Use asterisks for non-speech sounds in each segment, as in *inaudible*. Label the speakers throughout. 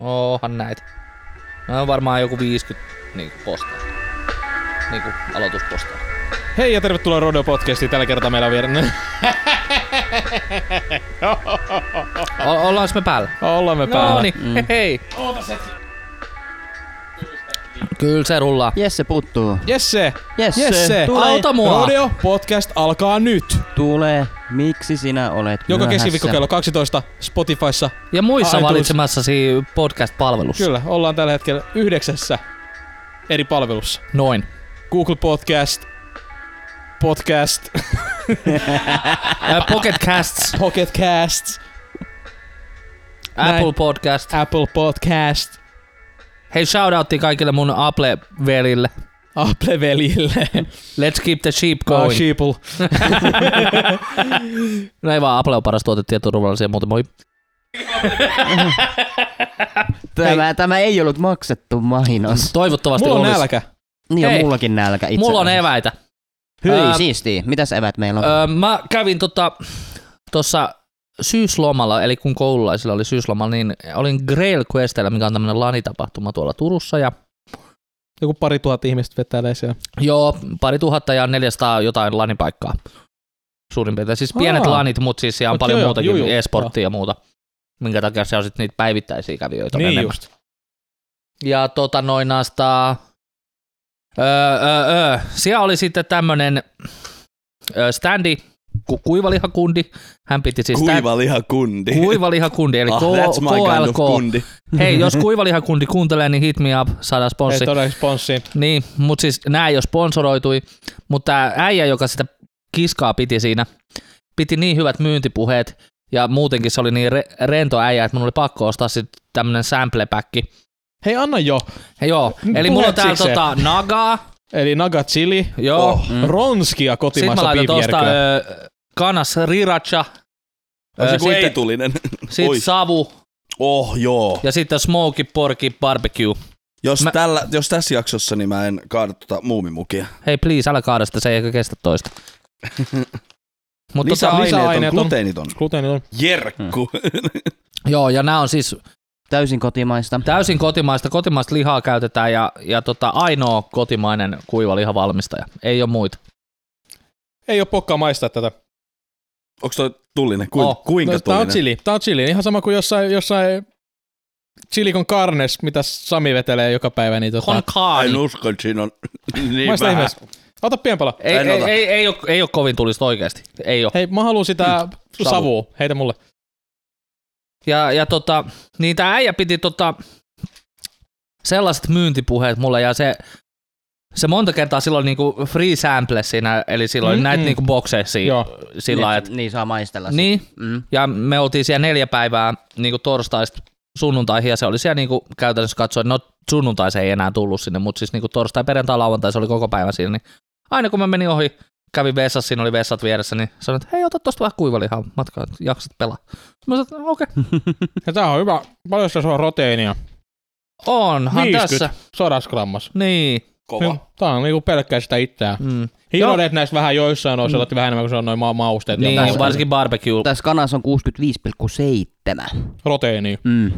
Speaker 1: Oohan näitä. No on varmaan joku 50 niin postaa. Niin kuin aloituspostaa.
Speaker 2: Hei ja tervetuloa Rodeo Podcastiin. Tällä kertaa meillä on vielä... *laughs*
Speaker 1: O- ollaanko me päällä?
Speaker 2: Ollaan me päällä.
Speaker 1: No niin, mm. hei. Kyllä se rullaa.
Speaker 3: Jesse puuttuu.
Speaker 2: Jesse!
Speaker 3: Jesse,
Speaker 2: Jesse!
Speaker 3: tule.
Speaker 1: Auta mua!
Speaker 2: Rodeo Podcast alkaa nyt!
Speaker 3: Tule, miksi sinä olet
Speaker 2: Joka
Speaker 3: myöhässä?
Speaker 2: keskiviikko kello 12 Spotifyssa.
Speaker 1: Ja muissa
Speaker 2: iTunes.
Speaker 1: valitsemassasi podcast-palvelussa.
Speaker 2: Kyllä, ollaan tällä hetkellä yhdeksässä eri palvelussa.
Speaker 1: Noin.
Speaker 2: Google Podcast, Podcast,
Speaker 1: Ä, Pocket Casts,
Speaker 2: Pocket Casts, *laughs* Näin.
Speaker 1: Apple Podcast.
Speaker 2: Apple Podcast,
Speaker 1: Hei, shoutoutti kaikille mun Apple-velille.
Speaker 2: Apple-velille,
Speaker 1: Let's keep the sheep
Speaker 2: oh,
Speaker 1: going.
Speaker 2: Sheeple.
Speaker 1: No ei vaan, Apple on paras tuotetietoturvallisia muuten, moi.
Speaker 3: Tämä, tämä ei ollut maksettu mainos.
Speaker 1: Toivottavasti
Speaker 2: Mulla on
Speaker 1: olis.
Speaker 2: nälkä.
Speaker 3: Niin on
Speaker 1: Hei.
Speaker 3: mullakin nälkä itse
Speaker 1: Mulla on
Speaker 3: asiassa.
Speaker 1: eväitä.
Speaker 3: Hyi,
Speaker 1: Ää,
Speaker 3: siistiä. Mitäs evät meillä on?
Speaker 1: Öö, mä kävin tota, tuossa syyslomalla, eli kun koululaisilla oli syysloma, niin olin Grail Questillä, mikä on tämmöinen lanitapahtuma tuolla Turussa. Ja,
Speaker 2: Joku pari tuhat ihmistä vetäilee siellä.
Speaker 1: joo, pari tuhatta ja 400 jotain lanipaikkaa. Suurin piirtein. Siis pienet
Speaker 2: Aa.
Speaker 1: lanit, mutta siis siellä on
Speaker 2: Mut
Speaker 1: paljon
Speaker 2: joo, joo,
Speaker 1: muutakin
Speaker 2: juu, juu.
Speaker 1: e-sporttia ja muuta. Minkä takia se on sitten niitä päivittäisiä kävijöitä
Speaker 2: Niin
Speaker 1: enemmän.
Speaker 2: just.
Speaker 1: Ja tota noin naasta... Öö, öö, öö. Siellä oli sitten tämmönen öö, standi, ku, kuivalihakundi. Hän piti siis stand-
Speaker 4: Kuivalihakundi.
Speaker 1: Kuivalihakundi, eli
Speaker 4: ah, that's my kind of
Speaker 1: KLK.
Speaker 4: kundi.
Speaker 1: Hei, jos kuivalihakundi kuuntelee, niin hit me up, saadaan
Speaker 2: Ei
Speaker 1: sponssi.
Speaker 2: todella sponssiin.
Speaker 1: Niin, mutta siis nämä jo sponsoroitui, mutta tää äijä, joka sitä kiskaa piti siinä, piti niin hyvät myyntipuheet, ja muutenkin se oli niin re- rento äijä, että mun oli pakko ostaa sitten tämmönen samplepäkki.
Speaker 2: Hei, anna jo.
Speaker 1: Hei, joo,
Speaker 2: Mm,
Speaker 1: eli mulla on
Speaker 2: puheet
Speaker 1: täällä
Speaker 2: sikseen.
Speaker 1: tota, nagaa,
Speaker 2: Eli naga chili.
Speaker 1: joo,
Speaker 4: Oh.
Speaker 1: mm.
Speaker 2: Ronskia
Speaker 1: sitten mä
Speaker 2: kotimaista
Speaker 1: laitan tosta
Speaker 2: piipierköä.
Speaker 1: ö, kanas riracha,
Speaker 4: On se
Speaker 1: ö,
Speaker 4: kuin
Speaker 1: sitten-
Speaker 4: ei-tulinen.
Speaker 1: sit
Speaker 4: Oi.
Speaker 1: savu
Speaker 4: *laughs* Oh, joo.
Speaker 1: ja sitten smoky porky barbecue.
Speaker 4: Jos,
Speaker 1: Mä-
Speaker 4: mä... tällä, jos tässä jaksossa, niin mä en kaada tota muumimukia.
Speaker 1: Hei please, älä kaada sitä, se ei ehkä kestä
Speaker 4: *laughs*
Speaker 1: toista. Mutta
Speaker 4: Lisä,
Speaker 1: tota,
Speaker 2: lisää
Speaker 4: lisäaineet
Speaker 2: aineet
Speaker 4: on
Speaker 2: on-
Speaker 4: gluteeniton.
Speaker 2: Gluteeniton.
Speaker 4: Jerkku.
Speaker 1: joo, ja nämä on siis
Speaker 3: Täysin kotimaista.
Speaker 1: täysin kotimaista, kotimaista lihaa käytetään ja, ja tota, ainoa kotimainen kuivalihavalmistaja. Ei ole muita.
Speaker 2: Ei oo pokkaa maistaa tätä.
Speaker 4: *laughs* Onks toi tullinen? Kuin,
Speaker 1: Oh.
Speaker 4: oh. Kuinka
Speaker 2: no,
Speaker 4: no,
Speaker 2: tää on
Speaker 4: tullinen?
Speaker 2: chili. Tää on chili. Ihan sama kuin jossain, jossain chili con carnes, mitä Sami vetelee joka päivä. Niin tota,
Speaker 1: Con carne.
Speaker 4: En usko, että siinä on *laughs* niin
Speaker 2: maista
Speaker 4: vähän.
Speaker 2: ihmeessä. Ota pienpala.
Speaker 1: Ei,
Speaker 4: En
Speaker 1: ei,
Speaker 4: ota.
Speaker 1: ei, ei, ole, ei ole kovin tulista oikeasti. Ei ole.
Speaker 2: Hei, mä haluun sitä savua. Heitä mulle.
Speaker 1: Ja, ja tota, niin tämä äijä piti tota, sellaiset myyntipuheet mulle ja se, se monta kertaa silloin niinku free sample siinä, eli silloin mm,
Speaker 2: Mm,
Speaker 1: näitä
Speaker 2: mm.
Speaker 1: niinku bokseissa
Speaker 2: Joo.
Speaker 1: sillä lailla, että
Speaker 3: niin, niin saa maistella. sit.
Speaker 1: niin,
Speaker 3: Mm.
Speaker 1: Ja me oltiin siellä neljä päivää niin torstaista sunnuntaihin ja se oli siellä niin kuin käytännössä katsoen, no sunnuntai se ei enää tullut sinne, mutta siis niin kuin torstai, perjantai, lauantai se oli koko päivä siinä. Niin aina kun mä menin ohi, kävin vessassa, siinä oli vessat vieressä, niin sanoin, että hei ota tosta vähän kuivalihaa matkaa, että jaksat pelaa. Mä sanoin, että okei, okay.
Speaker 2: Ja tää on hyvä. Paljon tässä on roteiinia?
Speaker 1: onhan
Speaker 2: 50
Speaker 1: tässä.
Speaker 2: Sodas grammas.
Speaker 1: Niin.
Speaker 2: Niin,
Speaker 4: Kova.
Speaker 2: Tää on niinku pelkkää sitä itseään.
Speaker 1: Mm.
Speaker 2: Hienoa, että näissä vähän joissain on sellainen vähän enemmän kuin se on noin ma- mausteet.
Speaker 1: niin
Speaker 2: Niin,
Speaker 3: tässä-
Speaker 1: varsinkin barbecue.
Speaker 3: Tässä kanassa on 65,7.
Speaker 2: Roteiinia.
Speaker 3: Mm.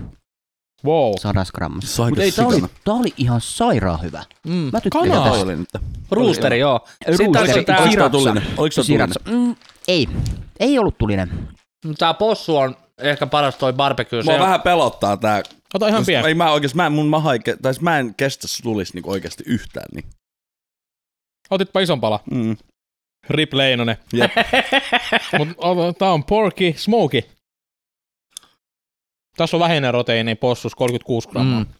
Speaker 2: Wow.
Speaker 3: Sadas grammassa.
Speaker 4: Se on
Speaker 3: Mut
Speaker 4: aika
Speaker 3: ei, tää oli,
Speaker 4: sikana.
Speaker 3: tää oli ihan sairaan hyvä.
Speaker 1: Mm.
Speaker 3: Mä tykkään
Speaker 2: Kanaa.
Speaker 3: tästä.
Speaker 4: oli nyt.
Speaker 1: Roosteri, joo. Sitten
Speaker 3: Roosteri.
Speaker 1: tässä
Speaker 4: Onks
Speaker 1: tää,
Speaker 4: tää tullinen? Oliko se tullinen?
Speaker 3: Siratsa. Mm, ei, ei ollut tulinen.
Speaker 1: tää possu on ehkä paras toi barbecue. Se
Speaker 4: Mua
Speaker 1: on-
Speaker 4: vähän pelottaa tää.
Speaker 2: Ota ihan
Speaker 4: Koska
Speaker 2: pieni.
Speaker 4: Ei mä oikeas, mä en, mun maha ei, ke- tai siis mä en kestä tulis niinku oikeesti yhtään. Niin.
Speaker 2: Otitpa ison pala.
Speaker 4: Mm.
Speaker 2: Rip Leinonen.
Speaker 4: Jep.
Speaker 2: *laughs* Mut ota- tää on porky, smoky. Tässä on vähäinen roteiini, possus 36 grammaa.
Speaker 1: Mm.
Speaker 2: Mm.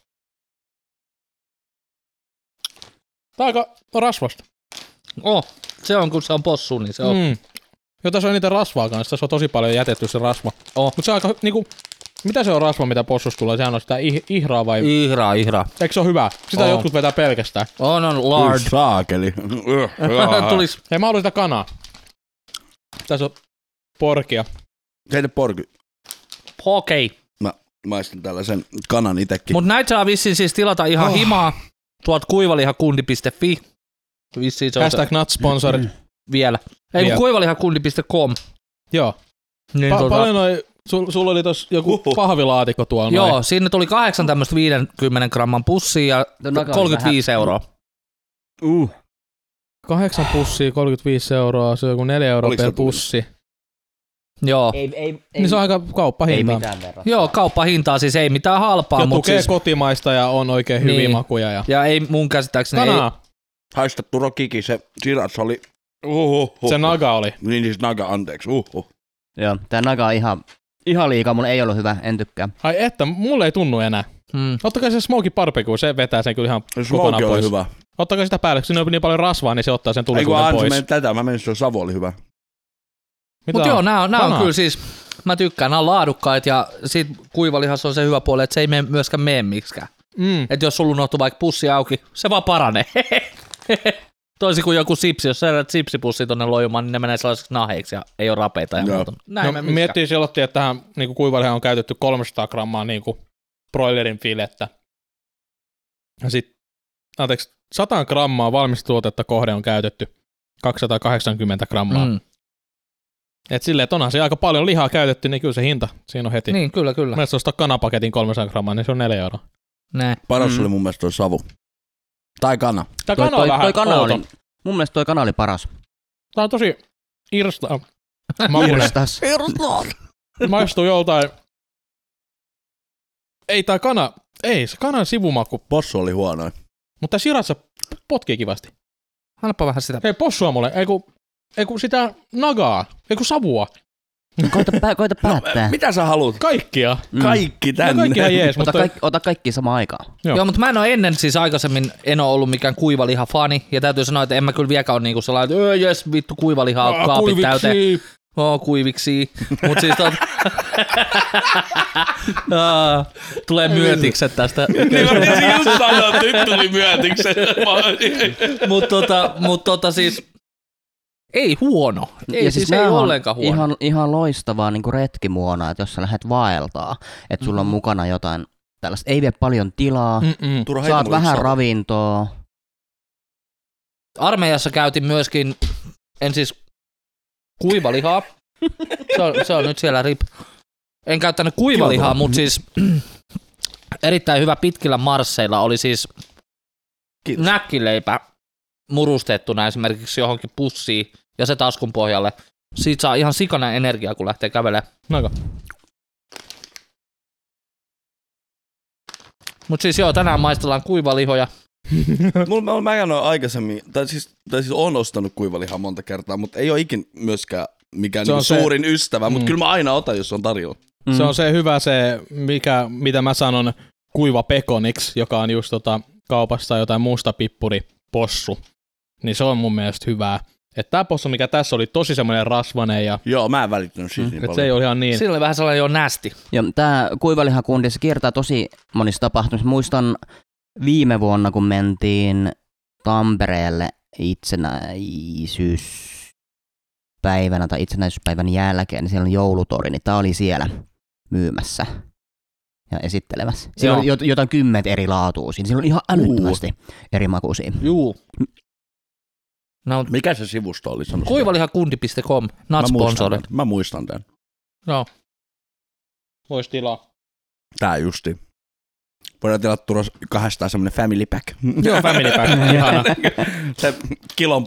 Speaker 2: Tää on aika rasvasta.
Speaker 1: Oh, se on, kun se on possu, niin se on.
Speaker 2: Mm. Ja tässä on niitä rasvaa kanssa. Tässä on tosi paljon jätetty se rasva.
Speaker 1: Oh.
Speaker 2: Mut se on aika niinku... Mitä se on rasva, mitä possus tulee? Sehän on sitä ih- ihraa
Speaker 3: Mm.
Speaker 2: vai...
Speaker 1: Ihra, ihra.
Speaker 2: Eikö se ole hyvä? Sitä
Speaker 1: Oo.
Speaker 2: oh. jotkut vetää pelkästään.
Speaker 1: On, on
Speaker 4: Lard.
Speaker 1: large.
Speaker 4: Saakeli. *laughs*
Speaker 1: Tulis.
Speaker 2: Hei, mä haluan sitä kanaa. Tässä on porkia.
Speaker 4: Teille porky.
Speaker 1: Okei. Okay.
Speaker 4: Maistan tällaisen kanan itekin.
Speaker 1: Mut näitä saa vissiin siis tilata ihan
Speaker 2: Oh.
Speaker 1: oh. himaa. Tuolta kuivalihakundi.fi. Vissiin se on se Mm.
Speaker 2: Hashtag not sponsored.
Speaker 1: vielä. Ei kun
Speaker 2: Vielä.
Speaker 1: kuivalihakundi.com.
Speaker 2: Joo.
Speaker 1: Niin
Speaker 2: Pa-
Speaker 1: tota,
Speaker 2: paljon noi Sul, sulla oli tos joku pahvilaatikko tuolla. noin.
Speaker 1: Joo, sinne tuli kahdeksan tämmöistä 50 gramman pussia ja
Speaker 3: Tuo naka oli
Speaker 1: 35 euroa.
Speaker 4: Uh,
Speaker 2: Kahdeksan pussia, 35 euroa, se on joku 4 euroa
Speaker 4: Oliko
Speaker 2: per
Speaker 4: se tullut?
Speaker 2: pussi.
Speaker 1: Joo.
Speaker 3: Ei, ei, ei,
Speaker 2: Niin se on aika
Speaker 3: ei
Speaker 2: kauppahinta.
Speaker 3: mitään verran.
Speaker 1: Joo, kauppahintaa siis ei mitään halpaa,
Speaker 2: Ja
Speaker 1: mutta
Speaker 2: tukee
Speaker 1: siis,
Speaker 2: kotimaista ja on oikein hyviä
Speaker 1: Niin.
Speaker 2: makuja. Ja...
Speaker 1: ja ei mun
Speaker 4: Siis
Speaker 1: käsittääkseni, ei,
Speaker 2: Kanaa,
Speaker 4: haistettu rokiki, se sirats oli... Uhuhu.
Speaker 2: se naga oli.
Speaker 4: Niin siis naga, anteeksi. Uhuhu.
Speaker 3: Joo, tää naga on ihan, ihan liikaa, mulla ei ollut hyvä, en tykkää.
Speaker 2: Ai että, mulle ei tunnu enää.
Speaker 1: mm,
Speaker 2: Ottakaa se smoky barbecue, se vetää sen kyllä ihan
Speaker 4: Se
Speaker 2: kokonaan
Speaker 4: smoke oli
Speaker 2: pois.
Speaker 4: hyvä.
Speaker 2: Ottakaa sitä päälle, kun siinä on niin paljon rasvaa, niin se ottaa sen
Speaker 4: Ei kun
Speaker 2: tulisuuden
Speaker 4: Ansi
Speaker 2: pois.
Speaker 4: meni tätä, mä menin se savu oli hyvä.
Speaker 2: Mitä
Speaker 1: Mutta
Speaker 2: on?
Speaker 1: joo, nämä on, nää on
Speaker 2: Kanaa.
Speaker 1: kyllä siis, mä tykkään, nämä on laadukkaita ja siitä kuivalihassa on se hyvä puoli, että se ei mene myöskään mene miksikään.
Speaker 2: Mm.
Speaker 1: Että jos sulla unohtuu vaikka pussi auki, se vaan paranee. *laughs* Toisin kuin joku sipsi, jos sä jätät sipsipussi tonne lojumaan, niin ne menee sellaiseksi naheiksi ja ei ole rapeita ja
Speaker 4: Joo.
Speaker 1: muuta. Näin
Speaker 2: No,
Speaker 1: no, mietti...
Speaker 2: miettii silloin, että tähän niin kuivalihan on käytetty 300 grammaa niin kuin broilerin filettä. Ja sitten, anteeksi, 100 grammaa valmista tuotetta kohde on käytetty 280 grammaa. Mm.
Speaker 1: mm.
Speaker 2: Et silleen, että onhan se aika paljon lihaa käytetty, niin kyllä se hinta siinä on heti.
Speaker 1: Niin, kyllä, kyllä.
Speaker 2: Mä jos ostaa kanapaketin 300 grammaa, niin se on 4 euroa.
Speaker 1: Näin.
Speaker 4: Paras
Speaker 3: Mm.
Speaker 4: oli mun mielestä toi savu. Tai kana.
Speaker 2: Tämä
Speaker 3: Toi,
Speaker 2: kana on
Speaker 3: toi,
Speaker 2: vähän
Speaker 3: toi kana
Speaker 2: outo.
Speaker 3: oli, mun mielestä toi kana oli paras.
Speaker 2: Tämä on tosi
Speaker 3: *laughs*
Speaker 2: irsta. Makuinen.
Speaker 3: Taas.
Speaker 2: Maistuu joltain. Ei tää kana, ei se kanan sivumaku,
Speaker 4: Possu oli huono.
Speaker 2: mutta siratsa potkii kivasti.
Speaker 1: Annapa vähän sitä.
Speaker 2: Ei possua mulle, ei kun, ei kun sitä nagaa, ei kun savua,
Speaker 3: Koita, pää, koita
Speaker 2: No,
Speaker 3: päättää.
Speaker 4: Mitä sä haluat?
Speaker 2: kaikkia.
Speaker 3: Mm.
Speaker 4: Kaikki
Speaker 2: Tänne.
Speaker 4: tänne.
Speaker 2: No
Speaker 4: *laughs*
Speaker 2: kaikki ihan jees,
Speaker 3: Ota,
Speaker 2: mutta
Speaker 3: kaikki, ota kaikki samaan aikaan.
Speaker 2: Joo.
Speaker 1: Joo. Joo, mutta mä en ole ennen siis aikaisemmin, en ole ollut mikään kuivalihafani, ja täytyy sanoa, että en mä kyllä vieläkään ole niinku sellainen, että "Öö, jes, vittu kuivalihaa,
Speaker 2: Aa,
Speaker 1: kaapit
Speaker 2: Ah, kuiviksi.
Speaker 1: täyteen. Oo, kuiviksi. Mut siis tot...
Speaker 2: *laughs*
Speaker 1: Aa, tulee myötikset tästä.
Speaker 2: Niin,
Speaker 4: just sanoa, että nyt tuli myötiksen.
Speaker 1: Mut tota, mut tota siis... Ei huono. Ei ja siis, siis ei
Speaker 3: nää on
Speaker 1: ollenkaan huono. Ihan...
Speaker 3: Ihan, ihan loistavaa niin retkimuona, että jos sä lähdet vaeltaa, että sulla on mukana jotain tällaista, ei vie paljon tilaa, mm.
Speaker 2: Mm-mm.
Speaker 4: Turha heitä
Speaker 3: saat
Speaker 4: mulle
Speaker 3: vähän
Speaker 4: savu.
Speaker 3: ravintoa.
Speaker 1: Armeijassa käytin myöskin, en siis kuivalihaa. Se on, se on nyt siellä rip. En käyttänyt kuivalihaa,
Speaker 4: Kivalta.
Speaker 1: mutta siis erittäin hyvä pitkillä marsseilla oli siis
Speaker 4: Kiitos.
Speaker 1: näkkileipä murustettuna esimerkiksi johonkin pussiin ja se taskun pohjalle. Siitä saa ihan sikana energiaa, kun lähtee kävelemään.
Speaker 2: Naga.
Speaker 1: Mutta siis joo, tänään maistellaan kuivalihoja.
Speaker 4: Mulla on, mä en ole aikaisemmin, tai siis, tai siis on ostanut kuivalihaa monta kertaa, mutta ei ole ikin myöskään mikään
Speaker 2: Se on
Speaker 4: niinku
Speaker 2: se-
Speaker 4: suurin ystävä, mutta
Speaker 2: Mm.
Speaker 4: kyllä mä aina otan, jos on tarjolla.
Speaker 3: Mm.
Speaker 2: Se on se hyvä se, mikä, mitä mä sanon kuiva pekoniksi, joka on just tota, kaupassa jotain musta pippuri possu. Niin se on mun mielestä hyvää. Että tämä possu, mikä tässä oli, tosi semmoinen rasvanen ja
Speaker 4: Joo, mä en välittänyt siitä niin
Speaker 2: et se ei
Speaker 4: paljon.
Speaker 2: ole ihan niin.
Speaker 1: Siinä oli vähän sellainen jo nästi.
Speaker 3: Ja tämä kuivalihakundi, se kiertää tosi monissa tapahtumissa. Muistan viime vuonna, kun mentiin Tampereelle itsenäisyyspäivänä tai itsenäisyyspäivän jälkeen, niin siellä on joulutori, niin tämä oli siellä myymässä ja esittelemässä. Siellä
Speaker 1: Joo.
Speaker 3: on jot- jotain kymmentä eri laatua siinä. Siellä on ihan älyttömästi eri makuisia.
Speaker 1: Juu. No,
Speaker 4: Mikä se sivusto oli? Sano sitä.
Speaker 1: kuivalihakundi.com,
Speaker 4: Mä
Speaker 1: not
Speaker 4: muistan
Speaker 1: sponsored.
Speaker 4: tän. Mä muistan tämän.
Speaker 2: Voisi tilaa.
Speaker 4: Tää justi. Voidaan tilata tuossa kahdestaan semmonen family pack.
Speaker 2: Joo, family pack. Ihana.
Speaker 4: *laughs* se kilon,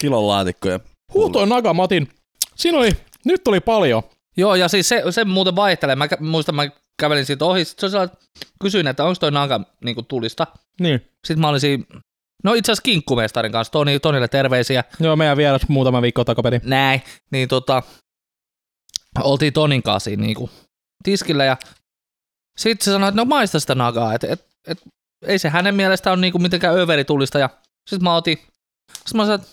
Speaker 4: kilon laatikkoja.
Speaker 2: Huutoin Nagamatin. Siinä oli, nyt oli paljon.
Speaker 1: Joo, ja siis se, se muuten vaihtelee. Mä kä- muistan, mä kävelin siitä ohi. Sitten se oli sellainen, että kysyin, että onko toi naga niinku tulista.
Speaker 2: Niin.
Speaker 1: Sitten mä olin siinä, no itse asiassa kinkkumestarin kanssa, Toni, Tonille terveisiä,
Speaker 2: Joo, meidän vieras muutama viikko takaperi.
Speaker 1: näin. Niin tota, oltiin Tonin kanssa siinä niinku tiskillä ja sitten se sanoi, että no maista sitä nagaa, että et, et, ei se hänen mielestään ole niinku mitenkään överitulista. Ja sitten mä otin, sit mä sanoin, että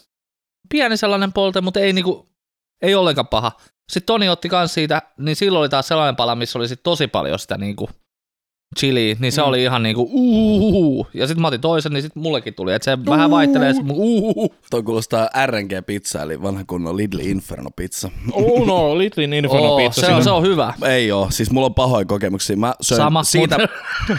Speaker 1: pieni sellainen polte, mutta ei, niinku, ei ollenkaan paha. Sitten Toni otti kans siitä, niin silloin oli taas sellainen pala, missä oli sit tosi paljon sitä niinku chiliä, niin se
Speaker 2: Mm.
Speaker 1: mm. oli ihan niinku uuhuhu. Ja sitten mä otin toisen, niin sitten mullekin tuli, että se vähän vaihtelee se mun uuhuhu.
Speaker 4: Toi kuulostaa RNG-pizza, eli vanha kunnon Lidl Inferno-pizza.
Speaker 2: Oh no, Litlin Inferno
Speaker 1: Oo,
Speaker 2: pizza.
Speaker 1: se, on, se on hyvä.
Speaker 4: Ei oo, siis mulla on pahoja kokemuksia. Mä söin
Speaker 1: Sama.
Speaker 4: siitä,
Speaker 1: *laughs*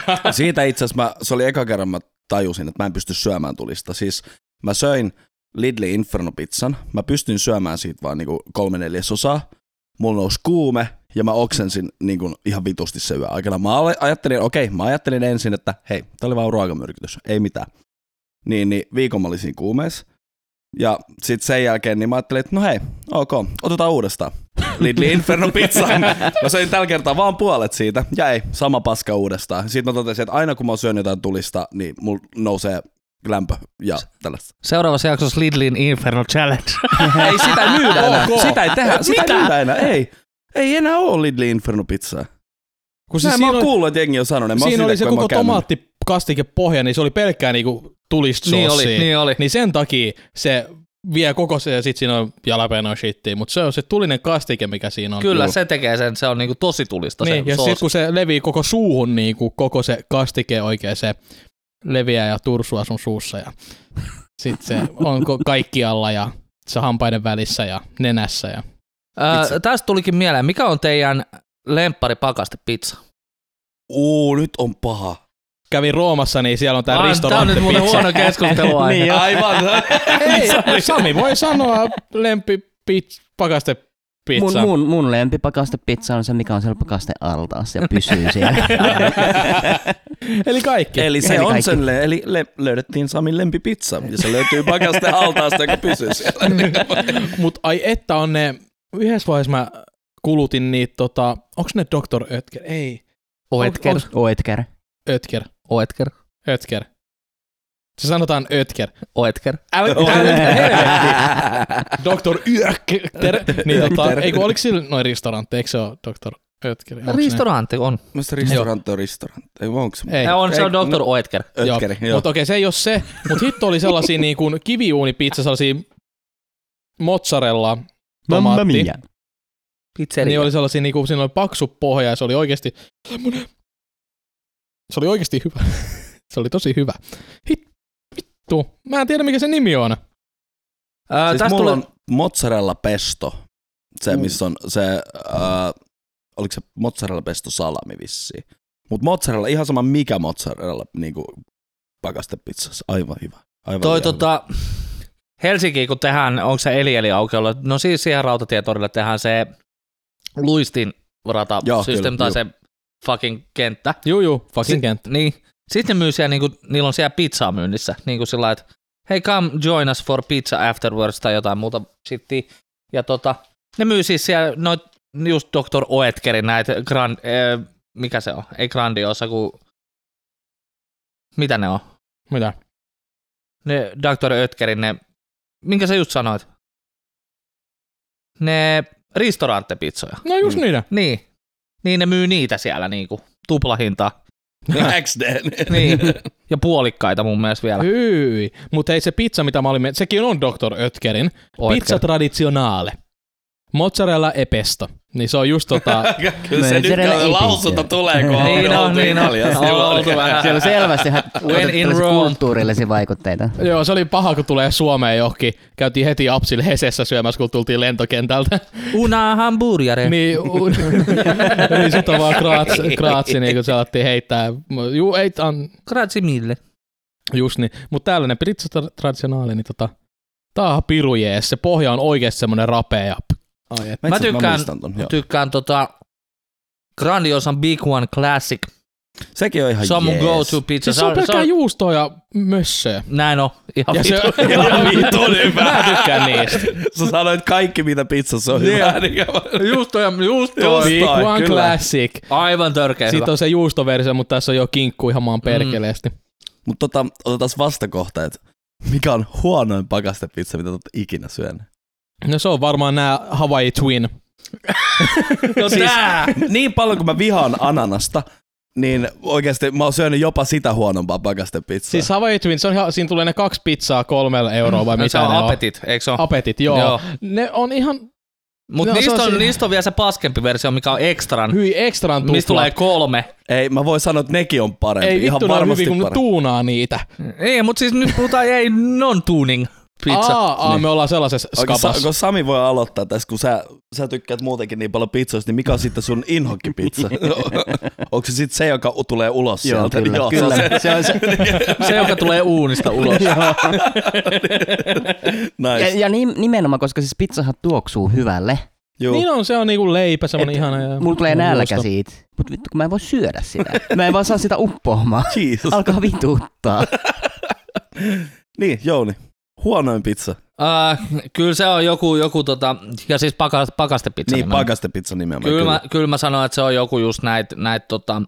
Speaker 1: Siitä...
Speaker 4: *laughs* siitä itse asiassa mä, se oli eka kerran mä tajusin, että mä en pysty syömään tulista. Siis mä söin Lidl Inferno pizzan, mä pystyn syömään siitä vaan niinku kolme neljäsosaa, mulla nousi kuume, ja mä oksensin niin kuin, ihan vitusti se yön aikana. Mä ale- ajattelin, okei, okay, mä ajattelin ensin, että hei, tää oli vaan ruokamyrkytys, ei mitään. Niin, niin viikon mä olin siinä kuumeessa. Ja sitten sen jälkeen niin mä ajattelin, että no hei, ok, otetaan uudestaan. Lidli Inferno pizzan. Mä söin tällä kertaa vaan puolet siitä. Ja ei, sama paska uudestaan. Sitten mä totesin, että aina kun mä syön jotain tulista, niin mulla nousee lämpö ja tällaista.
Speaker 1: Seuraavassa jaksossa Lidlin Inferno Challenge.
Speaker 4: ei
Speaker 2: *laughs*
Speaker 4: sitä myydä enää.
Speaker 2: Ok.
Speaker 4: Sitä ei tehdä. Sitä
Speaker 1: Mitä?
Speaker 4: ei myydä enää. Ei. Ei enää ole Lidli Inferno pizzaa.
Speaker 2: Kun
Speaker 4: Siis
Speaker 2: siis No siinä,
Speaker 4: Näin mä oon
Speaker 2: oli,
Speaker 4: kuullut, että jengi on sanonut. en Mä oon
Speaker 2: siinä
Speaker 4: siitä,
Speaker 2: oli se
Speaker 4: kun en mä
Speaker 2: koko
Speaker 4: oon käynyt.
Speaker 2: tomaattikastikepohja, niin se oli pelkkää niinku
Speaker 1: *laughs*
Speaker 2: tulista
Speaker 1: niin oli,
Speaker 2: sossia.
Speaker 1: niin oli.
Speaker 2: Niin sen takia se vie koko se ja sit siinä on jalapeno shittiä, mutta se on se tulinen kastike, mikä siinä on.
Speaker 1: Kyllä,
Speaker 4: juu.
Speaker 1: se tekee sen, se on niinku tosi tulista
Speaker 2: niin,
Speaker 1: se
Speaker 2: ja
Speaker 1: soosi.
Speaker 2: sitten kun se levii koko suuhun, niin kuin koko se kastike oikein se leviää ja tursua sun suussa ja sitten se on ko- kaikkialla ja se hampaiden välissä ja nenässä. Ja.
Speaker 1: Ää,
Speaker 4: Itse.
Speaker 1: tästä tulikin mieleen, mikä on teidän lemppari pakastepizza?
Speaker 4: Uu, nyt on paha.
Speaker 2: Kävin Roomassa, niin siellä on tämä Risto
Speaker 1: Tämä on nyt muuten
Speaker 2: Ranttepizza.
Speaker 1: huono keskustelu
Speaker 3: Niin
Speaker 1: niin
Speaker 3: jo.
Speaker 4: Aivan.
Speaker 2: Ei, Sami voi sanoa lempi pizza, pakaste
Speaker 3: Mun,
Speaker 2: pizza.
Speaker 3: mun, mun lempipakastepizza on se, mikä on siellä pakaste altaassa ja
Speaker 1: *laughs*
Speaker 3: pysyy siellä.
Speaker 2: Eli kaikki.
Speaker 4: Eli se
Speaker 3: Eli
Speaker 4: on
Speaker 3: kaikki.
Speaker 4: sen, le- eli le- löydettiin Samin lempipizza, ja se löytyy pakasten altaasta, joka pysyy siellä.
Speaker 2: *laughs* Mut ai että on ne, yhdessä vaiheessa mä kulutin niitä, tota, onks ne Dr. Ötker? Ei,
Speaker 1: *laughs* Oetker.
Speaker 2: Onks-
Speaker 3: Oetker.
Speaker 2: Ötker,
Speaker 1: Oetker.
Speaker 2: Ötker. Se sanotaan Ötker.
Speaker 1: Oetker.
Speaker 2: Älä, älä, *laughs* älä Dr. Ötker. Niin tota,
Speaker 4: Ötker.
Speaker 2: ei kun oliko sillä noin ristorantti, eikö se ole Dr. Ötker? Onks ne?
Speaker 1: Ristorantti on.
Speaker 4: Mielestä ristorantti on ristorantti. Ei, onko se?
Speaker 2: Ei.
Speaker 1: Ja on, se on
Speaker 4: Ei,
Speaker 1: Dr.
Speaker 4: no-
Speaker 1: Oetker.
Speaker 2: Eh,
Speaker 4: Ötkeri, joo.
Speaker 2: Mutta okei, se ei ole se. Mutta hitto oli sellaisia niin kuin kiviuunipizza, sellaisia mozzarella, tomaatti.
Speaker 1: Pizzeria.
Speaker 2: Niin oli sellaisia, niin kuin, siinä oli paksu pohja ja se oli oikeasti semmoinen... Se oli oikeasti hyvä. *laughs* se oli tosi hyvä. Hit, vittu. Mä en tiedä, mikä se nimi on.
Speaker 1: Ää,
Speaker 4: Siis
Speaker 1: Äh, tästä tulee...
Speaker 4: mulla on mozzarella pesto, se missä on se, äh, oliko se mozzarella pesto salami vissiin. Mutta mozzarella, ihan sama mikä mozzarella niin kuin pakastepizzassa, aivan hyvä. Aivan
Speaker 1: Toi
Speaker 4: liian hyvä.
Speaker 1: tota, Helsinkiin kun tehdään, onko se Eli Eli aukiolla, no siis siihen rautatietorille tehdään se luistin rata
Speaker 4: Joo,
Speaker 1: systeemi
Speaker 4: kyllä,
Speaker 1: tai
Speaker 4: juu.
Speaker 1: se fucking kenttä.
Speaker 2: Juu, juu.
Speaker 1: Si-
Speaker 2: Fucking kenttä.
Speaker 1: Niin. Sitten ne myy siellä, niinku, niillä on siellä pizzaa myynnissä, niin kuin sillä että hei come join us for pizza afterwards tai jotain muuta shittiä. Ja tota, ne myy siis siellä noit just Dr. Oetkerin näitä grand, äh, mikä se on, ei grandiosa, kun mitä ne on?
Speaker 2: Mitä?
Speaker 1: ne Dr. Ötkerin ne, minkä sä just sanoit? Ne ristoranttepizzoja.
Speaker 2: No just
Speaker 4: Mm.
Speaker 2: mm. niitä.
Speaker 1: Niin. Niin ne myy niitä siellä niinku
Speaker 2: *laughs*
Speaker 1: tuplahintaa.
Speaker 4: XD.
Speaker 1: Niin. Ja puolikkaita mun mielestä vielä.
Speaker 2: Hyi. Mutta ei se pizza, mitä mä olin... men- Sekin on Dr. Ötkerin.
Speaker 1: Oetker.
Speaker 2: Pizza traditionaale. Mozzarella e pesto. Niin se on just tota... *laughs*
Speaker 4: Kyllä se nyt
Speaker 3: Mozzarella ei
Speaker 4: lausunta
Speaker 3: pizza.
Speaker 4: tulee, kun
Speaker 1: Niin on,
Speaker 4: oltu
Speaker 1: niin on.
Speaker 4: Italiassa.
Speaker 1: On oltu vähän.
Speaker 3: Siellä on selvästi ihan
Speaker 1: When in
Speaker 3: tällaisia
Speaker 1: Rome.
Speaker 3: kulttuurillisia vaikutteita.
Speaker 2: Joo, se oli paha, kun tulee Suomeen johonkin. Käytiin heti Apsil Hesessä syömässä, kun tultiin lentokentältä.
Speaker 1: Una hamburgere.
Speaker 2: niin, un... *laughs* niin sit on vaan kraatsi, kraatsi niin kun se alettiin heittää. Juu, ei, an...
Speaker 1: Grazie mille.
Speaker 2: just niin. Mutta tällainen pizza tra- traditionaali, niin tota... Tää on piru jees. Se pohja on oikeesti semmonen rapea. Ja... Ai, et.
Speaker 1: Mä tykkään-
Speaker 4: muistan ton, joo.
Speaker 1: Tykkään tota Grandiosan Big One Classic.
Speaker 4: Sekin on ihan
Speaker 1: Se on mun
Speaker 4: jees.
Speaker 1: go-to pizza.
Speaker 2: Siis se on pelkkää juustoa ja mössöä.
Speaker 1: Näin on. Ihan *laughs*
Speaker 2: Ja se
Speaker 1: vitu.
Speaker 4: Ihan vitun hyvä.
Speaker 2: Mä tykkään niistä.
Speaker 4: *laughs* Sä sanoit kaikki, mitä pizzassa on.
Speaker 1: Joo.
Speaker 4: hyvää, niin kuin-
Speaker 1: Juusto ja juusto.
Speaker 4: Joo.
Speaker 2: Big
Speaker 4: Jostain,
Speaker 2: One
Speaker 4: kyllä.
Speaker 2: Classic.
Speaker 1: Aivan törkeä hyvä.
Speaker 2: Sitten on se juustoversio, mutta tässä on jo kinkku ihan maan perkeleesti.
Speaker 4: Mutta tota, otetaan vastakohta, että mikä on huonoin pakastepizza, mitä olet ikinä syönyt?
Speaker 2: No se on varmaan nää Hawaii Twin.
Speaker 1: No tää!
Speaker 4: niin paljon kuin mä vihaan ananasta, niin oikeasti mä oon syönyt jopa sitä huonompaa pakastepizzaa.
Speaker 2: Siis Hawaii Twin, se on ihan, siinä tulee ne kaksi pizzaa kolmella euroa vai
Speaker 1: No,
Speaker 2: mitä
Speaker 1: se on
Speaker 2: ne on?
Speaker 1: apetit, eikö se ole?
Speaker 2: Apetit, joo.
Speaker 1: Joo.
Speaker 2: joo. Ne on ihan,
Speaker 1: Mutta
Speaker 2: Joo, se
Speaker 1: niistä,
Speaker 2: on
Speaker 1: on,
Speaker 2: siinä.
Speaker 1: niistä on vielä no se paskempi versio, mikä on ekstran.
Speaker 2: hyi ekstran tupla.
Speaker 1: Mistä tulee kolme.
Speaker 4: Ei, mä voin sanoa, että nekin on parempi.
Speaker 2: Ei
Speaker 4: Ihan
Speaker 2: vittu, ne on
Speaker 4: varmasti
Speaker 2: hyvin, kun ne
Speaker 4: parempi.
Speaker 2: tuunaa niitä.
Speaker 1: Ei, mutta siis nyt puhutaan ei non-tuning pizza.
Speaker 2: Aa, aa niin. me ollaan sellaisessa
Speaker 4: Onko Sa-
Speaker 2: skapassa.
Speaker 4: kun Sami voi aloittaa tässä, kun sä, sä tykkäät muutenkin niin paljon pizzoista, niin mikä on sitten sun inhokkipizza? *laughs* Onko se sitten se, joka u- tulee ulos
Speaker 3: Joo,
Speaker 4: sieltä?
Speaker 3: kyllä.
Speaker 4: Joo, se on
Speaker 3: kyllä.
Speaker 4: se.
Speaker 3: Se on se.
Speaker 1: Se, joka tulee uunista ulos. *laughs*
Speaker 4: Nice.
Speaker 3: Ja, ja nim- nimenomaan, koska siis pizzahan tuoksuu hyvälle,
Speaker 4: Juu.
Speaker 2: Niin on, se on niinku leipä, semmonen
Speaker 3: Et
Speaker 2: ihana. Ja
Speaker 3: Mulla tulee
Speaker 2: juusto.
Speaker 3: nälkä siitä, mutta vittu kun mä en voi syödä sitä. Mä en vaan saa sitä
Speaker 2: *laughs*
Speaker 3: uppoamaan.
Speaker 4: Jesus.
Speaker 3: Alkaa vituttaa.
Speaker 4: niin, Jouni. Huonoin pizza.
Speaker 1: Äh, kyllä se on joku, joku tota, ja siis paka, pakastepizza.
Speaker 4: Niin,
Speaker 1: nimenomaan.
Speaker 4: pakastepizza nimenomaan.
Speaker 1: Kyllä mä, kyllä mä sanon, että se on joku just näitä, näit, tota...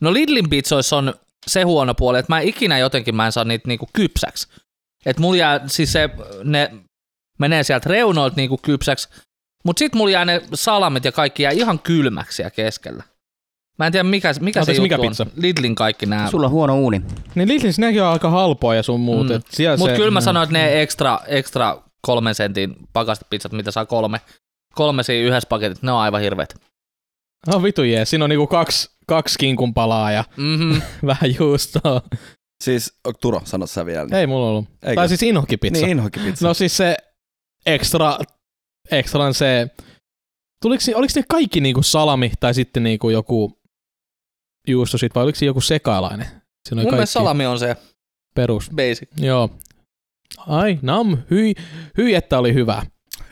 Speaker 1: no Lidlin pizzoissa on se huono puoli, että mä ikinä jotenkin mä en saa niitä niinku kypsäksi. Että mulla jää, siis se, ne menee sieltä reunoilta niinku kypsäksi, mutta sit mulla jää ne salamit ja kaikki jää ihan kylmäksi siellä keskellä. Mä en tiedä mikä, mikä se
Speaker 2: Anteeksi,
Speaker 1: juttu
Speaker 2: No mikä
Speaker 1: on.
Speaker 2: pizza?
Speaker 1: Lidlin kaikki nämä.
Speaker 3: Sulla on huono uuni.
Speaker 2: Niin Lidlissä nekin on aika halpoa ja sun muut.
Speaker 1: Mm.
Speaker 2: Mm. Siellä
Speaker 1: Mutta
Speaker 2: se,
Speaker 1: kyllä mä
Speaker 2: Mm.
Speaker 1: sanoin, että ne ekstra, ekstra kolmen sentin pakastepizzat, mitä saa kolme, kolme siinä yhdessä paketit, ne on aivan hirveet.
Speaker 2: No vitu jee, siinä on niinku kaksi, kaksi kinkun palaa ja *laughs*
Speaker 1: Mm-hmm.
Speaker 2: vähän juustoa.
Speaker 4: Siis, Turo, sano sä vielä. Niin.
Speaker 2: Ei mulla ollut.
Speaker 4: Eikö?
Speaker 2: Tai siis inhokipizza.
Speaker 4: Niin, inhoki pizza.
Speaker 2: No siis se ekstra, ekstran se, tuliko, si- oliko ne kaikki niinku salami tai sitten niinku joku juusto sit, vai oliko siinä joku sekalainen? Siinä
Speaker 1: Mun
Speaker 2: oli
Speaker 1: mielestä
Speaker 2: kaikki
Speaker 1: salami on se
Speaker 2: perus.
Speaker 1: basic.
Speaker 2: Joo. Ai, nam, hyi, hyi, että oli hyvä.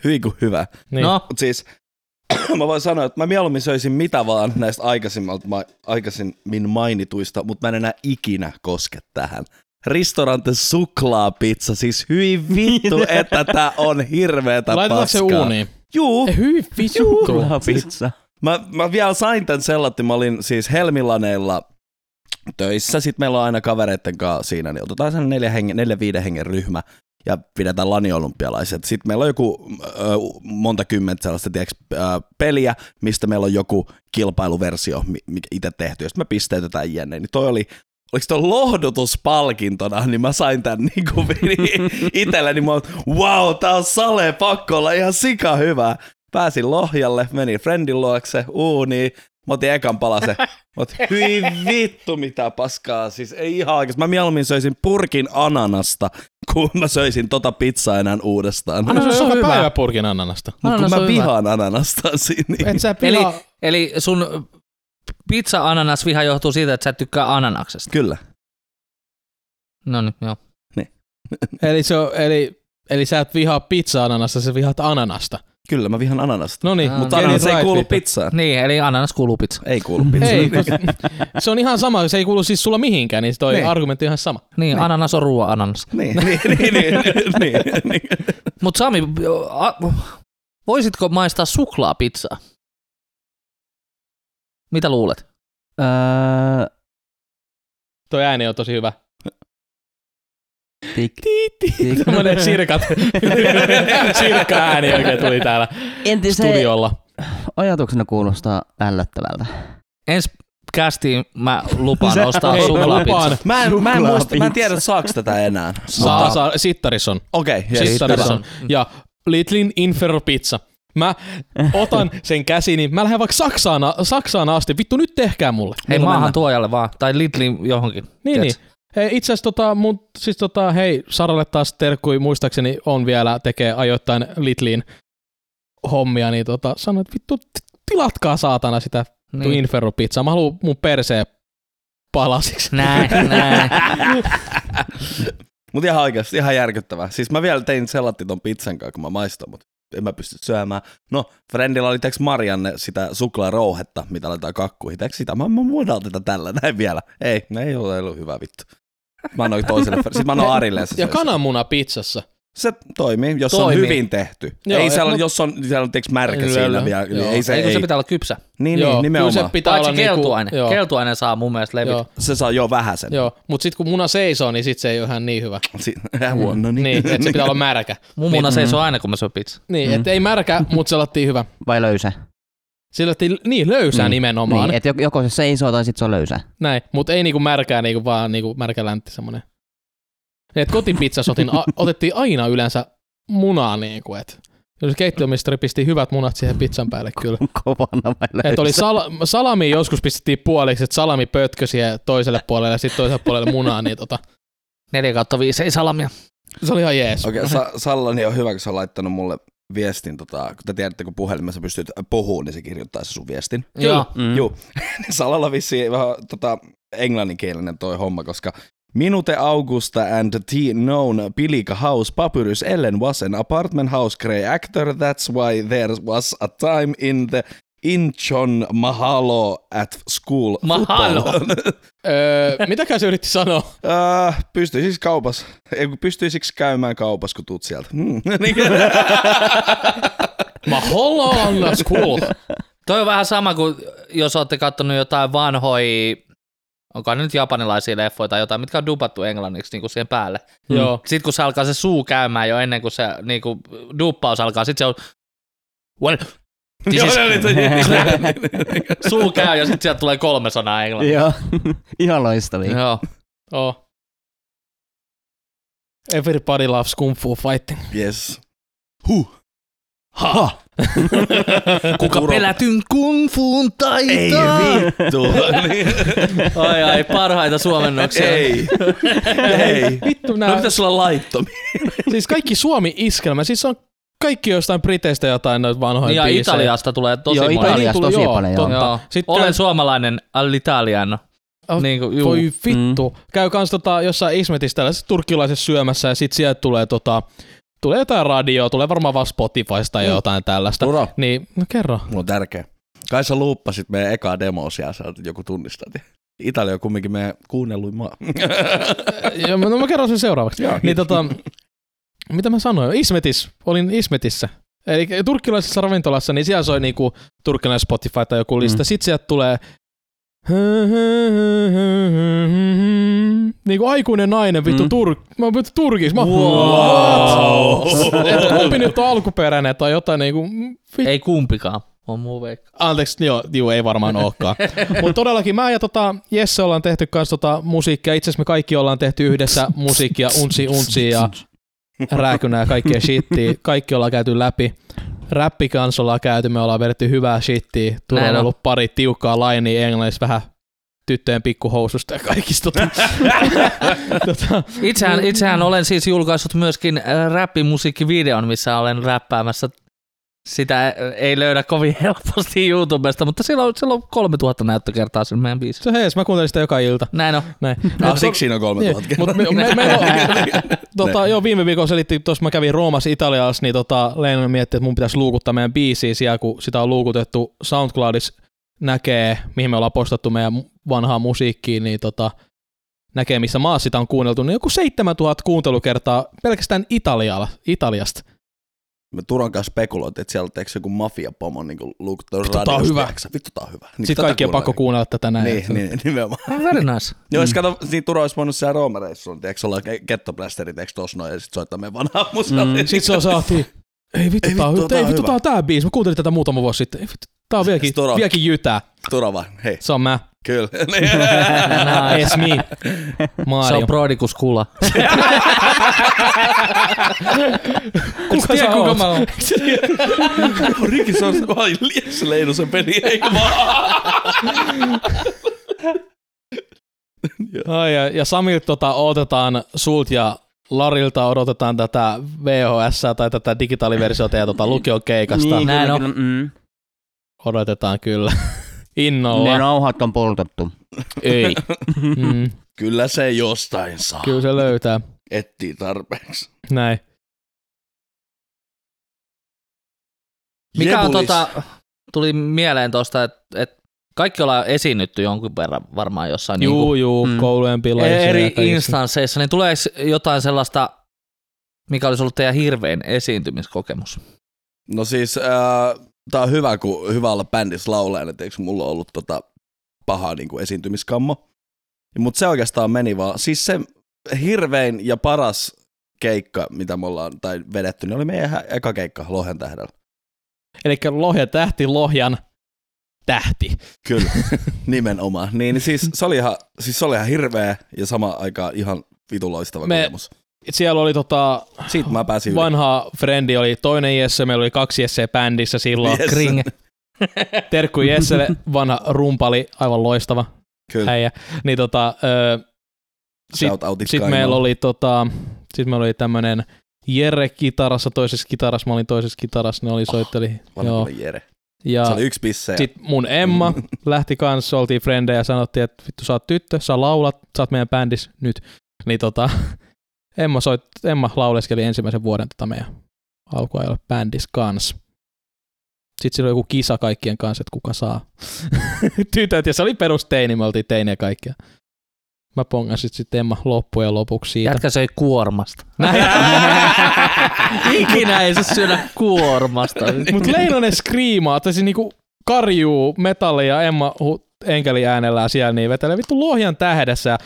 Speaker 4: Hyi kun hyvä.
Speaker 2: Niin.
Speaker 1: No,
Speaker 4: Mut siis, *coughs* mä voin sanoa, että mä mieluummin söisin mitä vaan näistä aikaisemmalta, ma- aikaisemmin mainituista, mutta mä en enää ikinä koske tähän. Ristorante suklaapizza, siis hyi vittu, että tää on hirveetä
Speaker 2: Laitetaanko Niin. se
Speaker 4: paskaa.
Speaker 2: uuniin?
Speaker 4: Juu,
Speaker 2: Ei, hyi vittu.
Speaker 3: pizza.
Speaker 4: Mä, mä vielä sain tän sellatti, mä olin siis Helmilaneilla töissä, sit meillä on aina kavereitten kanssa siinä, niin otetaan sen neljä, hengen, neljä viiden hengen ryhmä ja pidetään laniolympialaiset. Sitten meillä on joku ö, monta kymmentä sellaista tiiäks, ö, peliä, mistä meillä on joku kilpailuversio, mi- mikä itse tehty, ja sitten me pisteytetään jenne. Niin toi oli, oliko toi lohdutuspalkintona, niin mä sain tän niinku itselleni, mä oon, wow, tää on sale, pakko olla ihan sika hyvä. Pääsin Lohjalle, menin friendin luokse, uuni, mä otin ekan palase. Mut hyi vittu mitä paskaa, siis ei ihan oikeesti. Mä mieluummin söisin purkin ananasta, kun mä söisin tota pizzaa enää uudestaan.
Speaker 2: Mä syön
Speaker 1: Ananas on
Speaker 2: joka
Speaker 1: hyvä.
Speaker 2: päivä purkin annanasta.
Speaker 4: Mut kun
Speaker 1: ananas
Speaker 4: mä
Speaker 1: on hyvä.
Speaker 4: vihaan ananasta, niin
Speaker 2: Et sä
Speaker 1: eli,
Speaker 2: pilaa...
Speaker 1: eli sun pizza-ananasviha johtuu siitä, että sä et tykkää ananaksesta.
Speaker 4: kyllä.
Speaker 1: No niin, joo.
Speaker 2: Eli, se on, eli, eli sä et vihaa pizza-ananasta, sä vihaat ananasta.
Speaker 4: Kyllä, mä vihaan ananasta.
Speaker 2: No niin,
Speaker 1: Ah,
Speaker 4: Mutta
Speaker 1: no.
Speaker 4: ananas ei kuulu
Speaker 2: pizza.
Speaker 4: pizzaan.
Speaker 1: Niin, eli ananas kuuluu pizza.
Speaker 4: Ei kuulu pizzaan.
Speaker 2: Ei, kos- *laughs* se on ihan sama, se ei kuulu siis sulla mihinkään, niin toi
Speaker 4: Niin.
Speaker 2: argumentti on ihan sama.
Speaker 1: Niin, ananas on ruoan
Speaker 2: *laughs*
Speaker 1: ananas.
Speaker 4: Niin, *laughs* niin, niin, niin, niin, niin.
Speaker 1: Mutta Sami, a, voisitko maistaa suklaapizzaa? Mitä luulet?
Speaker 3: Öö,
Speaker 2: Toi ääni on tosi hyvä.
Speaker 3: tik, tik. *laughs*
Speaker 2: Tämmönen sirkat. *laughs* Sirkka ääni oikein tuli täällä
Speaker 3: Entä se
Speaker 2: studiolla.
Speaker 3: ajatuksena kuulostaa ällöttävältä?
Speaker 1: Ensi kästiin mä lupaan
Speaker 2: *laughs*
Speaker 3: Sä-
Speaker 1: ostaa
Speaker 2: Ei, mä
Speaker 1: suklaapizza.
Speaker 2: lupaan.
Speaker 4: Mä en, mä en, muista, mä
Speaker 3: Suklaapizza.
Speaker 4: en tiedä, saaks tätä enää.
Speaker 2: Saa, saa, sittaris on.
Speaker 4: Okei, okay,
Speaker 2: Siis
Speaker 4: yes.
Speaker 2: Sittaris on. Ja Litlin Inferno Pizza. Mä otan sen käsiin, niin mä lähden vaikka Saksaan, a- Saksaan asti. Vittu, nyt tehkää mulle.
Speaker 1: Hei,
Speaker 4: Mulla
Speaker 1: maahan
Speaker 4: mennään.
Speaker 1: tuojalle vaan. Tai Lidlin johonkin.
Speaker 2: Niin, niin.
Speaker 1: tiedätkö?
Speaker 2: Hei, itse asiassa tota, mun, siis tota, hei, Saralle taas terkkui, muistaakseni on vielä, tekee ajoittain Litliin hommia, niin tota, sanoin, että vittu, t- tilatkaa saatana sitä niin.
Speaker 1: Niin.
Speaker 2: Inferno pizzaa. Mä haluan mun perseen palasiksi. *laughs*
Speaker 1: Näin, näin.
Speaker 4: Mut ihan oikeasti, ihan järkyttävää. Siis mä vielä tein sellatti ton pizzan kanssa, kun mä maistoin, mut en mä pysty syömään. No, Frendillä oli teks Marianne sitä suklaarouhetta, mitä laitetaan kakkuihin. Teks sitä, mä, mä muodaan tätä tällä, näin vielä. Ei, ne ei ole ollut hyvä vittu. Mä annoin toiselle, Fre- sit mä annoin Arille. se
Speaker 2: Ja
Speaker 4: söi sen.
Speaker 2: kananmuna pizzassa.
Speaker 4: Se toimii, jos
Speaker 1: Toimii.
Speaker 4: on hyvin tehty.
Speaker 2: Joo,
Speaker 4: Joo, ei
Speaker 2: et
Speaker 4: siellä,
Speaker 2: mut-
Speaker 4: jos on, siellä on teks märkä
Speaker 2: Kyllä,
Speaker 4: siinä
Speaker 2: joo.
Speaker 4: vielä. Niin
Speaker 2: Joo.
Speaker 4: ei se,
Speaker 1: Ei,
Speaker 4: ei,
Speaker 1: kun se pitää olla kypsä.
Speaker 4: Niin,
Speaker 2: Joo,
Speaker 4: niin,
Speaker 2: kyllä se
Speaker 4: nimenomaan. Se,
Speaker 2: pitää
Speaker 1: Paitsi
Speaker 2: olla niinku-
Speaker 1: keltuainen.
Speaker 2: joo,
Speaker 1: Keltuainen saa mun mielestä levit.
Speaker 2: joo,
Speaker 4: saa jo vähäsen.
Speaker 2: joo. Mut sit kun muna seisoo, niin sit se ei ole ihan niin hyvä.
Speaker 4: Si- *laughs* huono, niin.
Speaker 2: Niin, että se
Speaker 4: *laughs*
Speaker 2: pitää olla märkä.
Speaker 1: Mun muna seisoo aina, kun mä syön pizza.
Speaker 2: Niin,
Speaker 3: Mm.
Speaker 2: mm. et ei märkä, mut se lattiin hyvä.
Speaker 3: Vai löysä?
Speaker 2: Se lattiin niin löysää mm.
Speaker 3: Mm.
Speaker 2: nimenomaan.
Speaker 3: Niin,
Speaker 2: Niin, et...
Speaker 3: et jo- joko se seisoo tai sit se on löysä.
Speaker 2: Näin, mut ei niinku märkää, niinku vaan niinku märkä läntti semmonen. Et kotipizzassa otin, a, otettiin aina yleensä munaa niinku, et jos keittiömestari pisti hyvät munat siihen pizzan päälle kyllä.
Speaker 3: *laughs* Kovana vai löysä?
Speaker 2: Et oli sal- salami joskus pistettiin puoliksi, että salami pötkö siihen toiselle puolelle ja sitten toiselle puolelle munaa, niin tota,
Speaker 1: 4 kautta 5, ei salamia.
Speaker 2: se oli ihan jees.
Speaker 4: Okei, okay, Sallani on hyvä, kun sä on laittanut mulle viestin, tota, kun te tiedätte, kun puhelimessa pystyt puhumaan, niin se kirjoittaa se sun viestin. *laughs* Niin
Speaker 2: Kyllä.
Speaker 3: Mm.
Speaker 4: Juu. Salalla vissiin vähän tota, englanninkielinen toi homma, koska Minute Augusta and T. Known Pilika House Papyrus Ellen was an apartment house grey actor. That's why there was a time in the Inchon Mahalo at school.
Speaker 1: Mahalo.
Speaker 4: football.
Speaker 2: Öö, mitäkään se yritti sanoa?
Speaker 4: *laughs* Äh, pystyisikö kaupas, ei kun pystyisikö käymään kaupas, kun tuut sieltä. Hmm. *laughs* Niin.
Speaker 2: Mä Hollannas cool.
Speaker 1: Toi on vähän sama kuin jos olette katsonut jotain vanhoja, onko ne nyt japanilaisia leffoja tai jotain, mitkä on dupattu englanniksi niin kuin siihen päälle.
Speaker 2: Joo.
Speaker 1: Sitten kun se alkaa se suu käymään jo ennen kuin se niin kuin, duppaus alkaa, sitten se on well, siis
Speaker 4: Joo,
Speaker 1: siis,
Speaker 4: niin, niin, niin, niin.
Speaker 1: *laughs* suu käy ja sitten sieltä tulee kolme sanaa englanniksi.
Speaker 3: *laughs* Joo, ihan loistavia.
Speaker 1: Joo.
Speaker 2: Oh. Everybody loves kung fu fighting.
Speaker 4: Yes.
Speaker 2: Ha!
Speaker 1: Kuka
Speaker 4: Kuro-
Speaker 1: pelätyn kung fuun taitoa?
Speaker 4: vittu.
Speaker 2: *laughs*
Speaker 1: Ai ai, parhaita suomennoksia.
Speaker 4: ei. ei.
Speaker 2: Vittu nää,
Speaker 4: No pitäis olla laittomia.
Speaker 2: siis kaikki Suomi-iskelmä, siis on kaikki jostain Briteistä jotain noita vanhoja
Speaker 1: Niin, Ja
Speaker 2: biisejä.
Speaker 1: Italiasta tulee tosi
Speaker 3: Joo,
Speaker 1: moni.
Speaker 3: Italiasta
Speaker 2: tuli,
Speaker 3: tosi
Speaker 2: joo,
Speaker 3: paljon. Joo.
Speaker 2: totta.
Speaker 1: Joo.
Speaker 2: Sitten
Speaker 1: Olen
Speaker 2: käy-
Speaker 1: suomalainen all'italiano.
Speaker 2: Oh,
Speaker 1: niin kuin, juu.
Speaker 2: Voi vittu. Mm. Käy kans tota, jossain Ismetissä tällaisessa turkkilaisessa syömässä ja sit sieltä tulee tota, tulee jotain radioa, tulee varmaan vaan
Speaker 1: Mm.
Speaker 2: Spotifysta ja jotain tällaista.
Speaker 4: Tura.
Speaker 2: Niin, no kerro.
Speaker 4: Mulla on tärkeä. Kai sä luuppasit meidän ekaa demoa siellä, sä oot- joku tunnistat. Italia on kumminkin meidän kuunnelluin maa.
Speaker 2: ja, mä- no mä kerron sen seuraavaksi.
Speaker 4: Joo.
Speaker 2: niin tota, mitä mä sanoin? Ismetis. Olin Ismetissä. Eli turkkilaisessa ravintolassa, niin siellä soi niinku turkkilainen Spotify tai joku lista. Mm. Sitten sieltä tulee niinku aikuinen nainen, vittu mm.
Speaker 3: Mm.
Speaker 2: turk... Mä oon vittu turkis. Mä...
Speaker 4: Wow.
Speaker 2: Et kumpi nyt on alkuperäinen tai jotain niinku... Vittu.
Speaker 1: Ei kumpikaan. On muu veikka.
Speaker 2: Anteeksi, joo, juu, ei varmaan olekaan. Mutta todellakin mä ja tota, Jesse ollaan tehty kanssa tota musiikkia. Itse asiassa me kaikki ollaan tehty yhdessä musiikkia, unsi unsi ja
Speaker 3: Niin,
Speaker 2: rääkynää ja kaikkea shittiä. Kaikki ollaan käyty läpi. Räppi kanssa ollaan käyty, me ollaan vedetty hyvää shittiä. Tulee
Speaker 1: Näin
Speaker 2: on
Speaker 1: on.
Speaker 2: ollut pari tiukkaa lainia englanniksi vähän tyttöjen pikkuhoususta ja kaikista. Tota, *laughs* tota,
Speaker 1: Itsehän, itsehän olen siis julkaissut myöskin äh, rappimusiikkivideon, missä olen räppäämässä. Sitä äh, ei löydä kovin helposti YouTubesta, mutta sillä on, sillä on 3000 näyttökertaa sen meidän biisi.
Speaker 2: se hees, mä kuuntelin sitä joka ilta.
Speaker 1: Näin on.
Speaker 2: Näin.
Speaker 4: Ah, siksi siinä on kolme tuhat
Speaker 2: Mutta me, No, niin. me, meillä
Speaker 4: *laughs*
Speaker 2: on, tota, joo, viime viikolla selitti, tuossa mä kävin Roomassa Italiassa, niin tota, Leena mietti, että mun pitäisi luukuttaa meidän biisiä siellä, kun sitä on luukutettu SoundCloudissa näkee, mihin me ollaan postattu meidän mu- vanhaa musiikkia, niin tota, näkee, missä maassa sitä on kuunneltu, niin joku 7000 kuuntelukertaa pelkästään Italialla, Italiasta.
Speaker 4: Me Turan kanssa spekuloitiin, että siellä teeks joku mafiapomo niin luuk
Speaker 2: tää on hyvä.
Speaker 4: Vittu tää on hyvä. Niin,
Speaker 2: Sitten
Speaker 4: tätä
Speaker 2: kaikki on pakko kuunnella Mm. tätä näin.
Speaker 4: Niin, niin, nimenomaan.
Speaker 1: Very nice.
Speaker 4: Joo, jos kato, niin Turo olisi voinut siellä Roomareissuun, tiedätkö, olla kettoplästeri, tiedätkö, tossa noin, ja sit soittaa meidän vanhaa musaa. Mm.
Speaker 2: Sitten se on saati, ei vittu,
Speaker 4: Ei
Speaker 2: tää on,
Speaker 4: vittu,
Speaker 2: hy-
Speaker 4: tää
Speaker 2: ei
Speaker 4: on
Speaker 2: vittu,
Speaker 4: hyvä.
Speaker 2: tää on tää biisi. Mä kuuntelin tätä muutama vuosi sitten. Ei vittu, tää on vieläkin,
Speaker 4: Turo.
Speaker 2: vieläkin jytää.
Speaker 4: Turo vaan, hei,
Speaker 2: Se on mä. *laughs*
Speaker 4: kyllä.
Speaker 2: It's
Speaker 4: *laughs*
Speaker 2: me.
Speaker 1: Se
Speaker 2: Mario.
Speaker 1: on Prodigus Kula.
Speaker 2: kuka
Speaker 1: tiedä, kuka mä oon?
Speaker 4: *laughs* Rikki, se on se, vai liias Leinosen peli, eikö vaan?
Speaker 2: Ai, ja, ja Samilta tota, odotetaan sult ja Larilta odotetaan tätä VHS tai tätä digitaaliversiota ja tota lukion keikasta.
Speaker 3: Niin,
Speaker 1: Näin
Speaker 3: kyllä,
Speaker 1: on.
Speaker 3: kyllä, mm.
Speaker 2: Odotetaan kyllä. *laughs* Innolla.
Speaker 3: Ne nauhat on poltettu.
Speaker 2: Ei.
Speaker 3: *laughs*
Speaker 2: Mm,
Speaker 4: Kyllä se jostain saa.
Speaker 2: kyllä se löytää.
Speaker 4: Etsii tarpeeksi.
Speaker 2: Näin.
Speaker 1: Mikä on
Speaker 4: Jebulis.
Speaker 1: tota, tuli mieleen tosta, että et kaikki ollaan esiinnytty jonkun verran varmaan jossain niinku-
Speaker 2: Juu, juu,
Speaker 3: Mm.
Speaker 2: koulujen pilaisilla. ja
Speaker 1: e- eri
Speaker 2: kaikissa.
Speaker 1: instansseissa, niin tuleeko jotain sellaista, mikä olisi ollut teidän hirvein esiintymiskokemus?
Speaker 4: No siis, äh, tää on hyvä, kun hyvä olla bändissä laulajana, tiedätkö, mulla on ollut tota paha niin kuin esiintymiskammo. Mutta se oikeastaan meni vaan, siis se hirvein ja paras keikka, mitä me ollaan tai vedetty, niin oli meidän hä- eka keikka Lohen tähdellä.
Speaker 2: Elikkä Lohja tähti, Lohjan
Speaker 3: *laughs*
Speaker 2: tähti.
Speaker 4: Kyllä, *laughs* nimenomaan. Niin siis se oli ihan, siis se oli ihan hirveä ja samaan aikaan ihan vitu loistava
Speaker 2: Me-
Speaker 4: me... kokemus.
Speaker 2: Siellä oli tota,
Speaker 4: Siitä mä pääsin yli.
Speaker 2: vanha frendi, oli toinen Jesse, meillä oli kaksi Jesse bändissä silloin.
Speaker 4: Yes.
Speaker 1: Kring.
Speaker 2: Terkku Jesselle, vanha rumpali, aivan loistava
Speaker 4: Kyllä,
Speaker 2: äijä. Niin tota, sit-
Speaker 4: shout outit
Speaker 2: sitten meillä oli, tota, sit meillä oli tämmönen Jere kitarassa, toisessa kitarassa, mä olin toisessa kitarassa, ne oli soitteli. Oh, joo.
Speaker 4: Jere.
Speaker 2: Ja
Speaker 4: Se oli yksi pisse. ja- Mm.
Speaker 2: sitten mun Emma lähti kanssa, oltiin frendejä ja sanottiin, että vittu sä oot tyttö, sä laulat, sä oot meidän bändissä nyt. Niin tota, *laughs* Emma, soit, Emma lauleskeli ensimmäisen vuoden tota meidän alkuajalle bändissä kanssa. Sitten sillä oli joku kisa kaikkien kanssa, että kuka saa *laughs* tytöt. Ja se oli perusteini, me oltiin teiniä kaikkia. Mä pongasin sitten Emma loppujen lopuksi siitä.
Speaker 1: Jätkä söi *laughs* kuormasta.
Speaker 2: Näin.
Speaker 1: Ikinä ei se syödä kuormasta.
Speaker 2: Mutta Leinonen skriimaa, tai siis niinku karjuu metallia Emma hu- enkeli äänellään siellä, niin vetelee vittu lohjan tähdessä. Ja-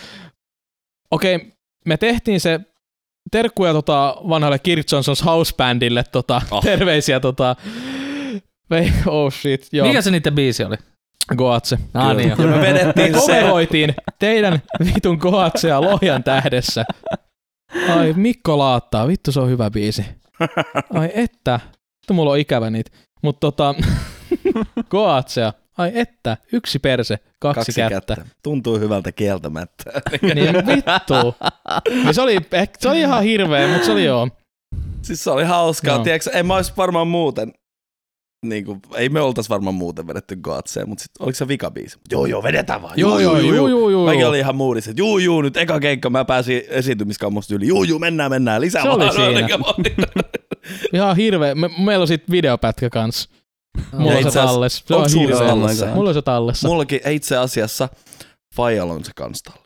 Speaker 2: Okei, okay, me tehtiin se terkkuja tota vanhalle Kirk Johnson's Housebandille tota,
Speaker 1: Oh.
Speaker 2: oh. terveisiä tota, Vei- oh shit, joo,
Speaker 1: Mikä se niiden biisi oli?
Speaker 2: Goatse.
Speaker 1: Ah, niin
Speaker 4: Ja
Speaker 1: joo.
Speaker 4: me
Speaker 2: Me
Speaker 4: vedettiin se.
Speaker 2: coveroitiin teidän vitun Goatsea Lohjan tähdessä. Ai Mikko Laattaa, vittu se on hyvä biisi. Ai että, vittu mulla on ikävä niitä. Mutta tota, *laughs* Goatsea, ai että, yksi perse, kaksi,
Speaker 4: Kaksi kättä. kättä. Tuntuu hyvältä kieltämättä.
Speaker 2: Niin vittu. Niin se, oli, eh, se oli ihan hirveä, mutta se oli joo.
Speaker 4: Siis se oli hauskaa,
Speaker 2: Joo.
Speaker 4: no. tiedätkö, en mä olisi varmaan muuten, niin kuin, ei me oltais varmaan muuten vedetty Godseen, mutta sit, oliko se vikabiisi? Mut Joo, joo, vedetään vaan.
Speaker 2: joo, joo.
Speaker 4: Mäkin oli ihan muudis, että juu, juu, nyt eka keikka, mä pääsin esiintymiskammosta yli. Juu, juu, mennään, mennään, lisää
Speaker 2: Se oli
Speaker 4: *laughs*
Speaker 2: siinä.
Speaker 4: siinä.
Speaker 2: Ihan hirveä. Me, meillä on sit videopätkä kanssa. Mulla
Speaker 4: Ja
Speaker 2: on se
Speaker 4: itse asiassa-
Speaker 2: tallessa. Se
Speaker 4: onko
Speaker 2: on
Speaker 4: sulla se
Speaker 2: hirveä.
Speaker 4: tallessa?
Speaker 2: Mulla on se tallessa.
Speaker 4: Mullakin ei itse asiassa Fajal on se kanstalla.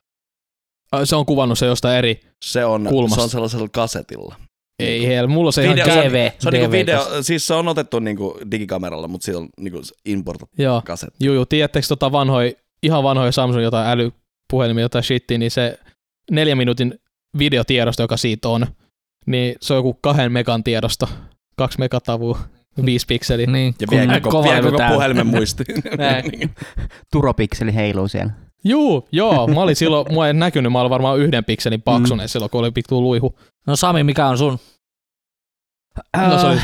Speaker 2: Ai, Se on kuvannut se jostain eri.
Speaker 4: Se on,
Speaker 2: Kulmasta.
Speaker 4: se on sellaisella kasetilla. Niinku
Speaker 2: Ei hel, mulla on se ihan
Speaker 4: Video-
Speaker 2: käy-
Speaker 1: DV.
Speaker 4: Se on niinku
Speaker 1: DV.
Speaker 4: video, siis se on otettu niinku digikameralla, mutta se on niinku importattu
Speaker 2: Joo,
Speaker 4: kasetti.
Speaker 2: juu, juu. Tiedättekö tota vanhoi, ihan vanhoja Samsung jotain älypuhelimia, jotain shittiä, niin se neljän minuutin videotiedosto, joka siitä on, niin se on joku kahden megan tiedosto. Kaksi megatavua, viisi pikseliä.
Speaker 1: Niin,
Speaker 4: Ja
Speaker 1: kun
Speaker 4: vie koko,
Speaker 1: kova
Speaker 4: vie
Speaker 1: levy
Speaker 4: koko
Speaker 1: täynnä.
Speaker 4: puhelimen muistiin. Niinku
Speaker 2: Näin.
Speaker 3: Turopikseli heiluu siellä.
Speaker 2: Juu, joo, mä *laughs* olin silloin, mua ei näkynyt, mä olin varmaan yhden pikselin paksunen mm. silloin, kun oli pikku luihu.
Speaker 1: No Sami, mikä on sun
Speaker 2: No
Speaker 1: Ah.
Speaker 2: se oli,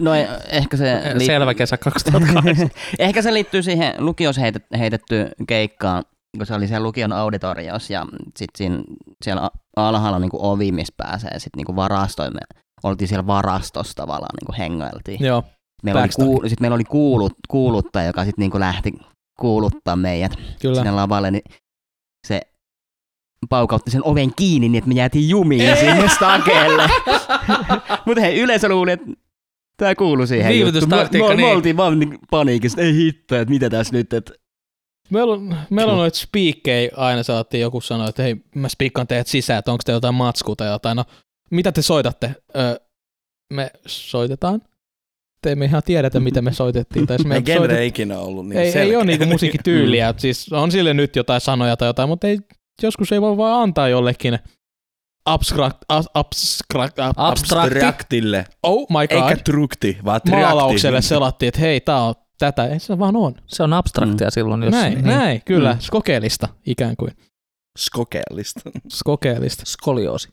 Speaker 3: no eh- ehkä se... liit-
Speaker 1: selvä kesä 2008?
Speaker 3: *laughs* Ehkä se liittyy siihen lukios heitet, heitetty keikkaan, kun se oli siellä lukion auditorios ja sitten siellä a- alhaalla niin ovi, missä pääsee sitten niin varastoimme. Oltiin siellä varastossa tavallaan niin hengailtiin.
Speaker 2: joo,
Speaker 3: Meillä oli,
Speaker 2: backstory.
Speaker 3: kuul, sit meillä oli kuulut, kuuluttaja, joka sitten niinku lähti kuuluttaa meidät
Speaker 2: kyllä.
Speaker 3: sinne lavalle, niin se paukautti sen oven kiinni niin, että me jäätiin jumiin sinne stakeelle. *laughs* Mutta hei, yleensä luuli, että tämä kuuluu siihen
Speaker 1: Viivytystaktiikka,
Speaker 3: juttuun. Me, me,
Speaker 1: niin.
Speaker 3: me oltiin vaan niinku paniikissa, että ei hitto, että mitä tässä nyt, että
Speaker 2: Meillä on, meillä on noita spiikkejä aina saatiin joku sanoa, että hei, mä spiikkaan teidät sisään, että onko te jotain matskua tai jotain. No, mitä te soitatte? Ö, me soitetaan. Te emme ihan tiedetä, mitä me soitettiin. Tai jos
Speaker 4: *laughs*
Speaker 2: me
Speaker 4: Ei No, genre
Speaker 2: soitet...
Speaker 4: ei ikinä ollut niin
Speaker 2: ei, ei
Speaker 4: selkeä.
Speaker 2: ole niinku
Speaker 4: *laughs*
Speaker 2: musiikkityyliä. Mm. Siis on sille nyt jotain sanoja tai jotain, mutta ei, joskus ei voi vaan antaa jollekin abstract, ab- abstract, ab-
Speaker 1: Abstrakti.
Speaker 4: Abstraktille,
Speaker 2: oh my
Speaker 4: eikä
Speaker 2: god,
Speaker 4: trukti, vaan
Speaker 2: maalaukselle
Speaker 4: triakti.
Speaker 2: selattiin, että hei, tää on tätä. Ei se vaan on.
Speaker 1: Se on abstraktia silloin, jos...
Speaker 2: Näin,
Speaker 1: niin.
Speaker 2: näin, kyllä,
Speaker 1: Mm.
Speaker 2: mm. kokeellista ikään kuin.
Speaker 4: Skokeellista. *laughs*
Speaker 2: Kokeellista.
Speaker 1: Skolioosi.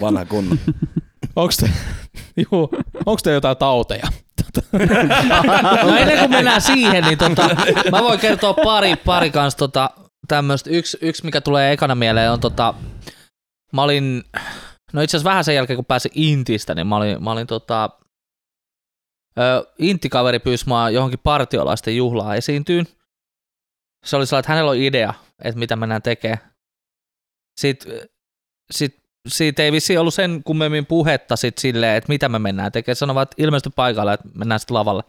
Speaker 4: Vanha kunnon.
Speaker 2: *laughs* Onko te, juu, onks te jotain tauteja?
Speaker 1: No ennen kuin mennään siihen, niin tota, mä voin kertoa pari, pari kanssa tota, tämmöistä. Yksi, yksi, mikä tulee ekana mieleen on tota, mä olin, no itse asiassa vähän sen jälkeen kun pääsin Intistä, niin mä olin, mä olin tota, ö, Intikaveri pyysi mua johonkin partiolaisten juhlaan esiintyyn. Se oli sellainen, että hänellä on idea, että mitä mennään tekemään. Sitten sit siitä ei vissiin ollut sen kummemmin puhetta sit silleen, että mitä me mennään tekemään. Sanovat, että ilmesty paikalle, että mennään sitten lavalle.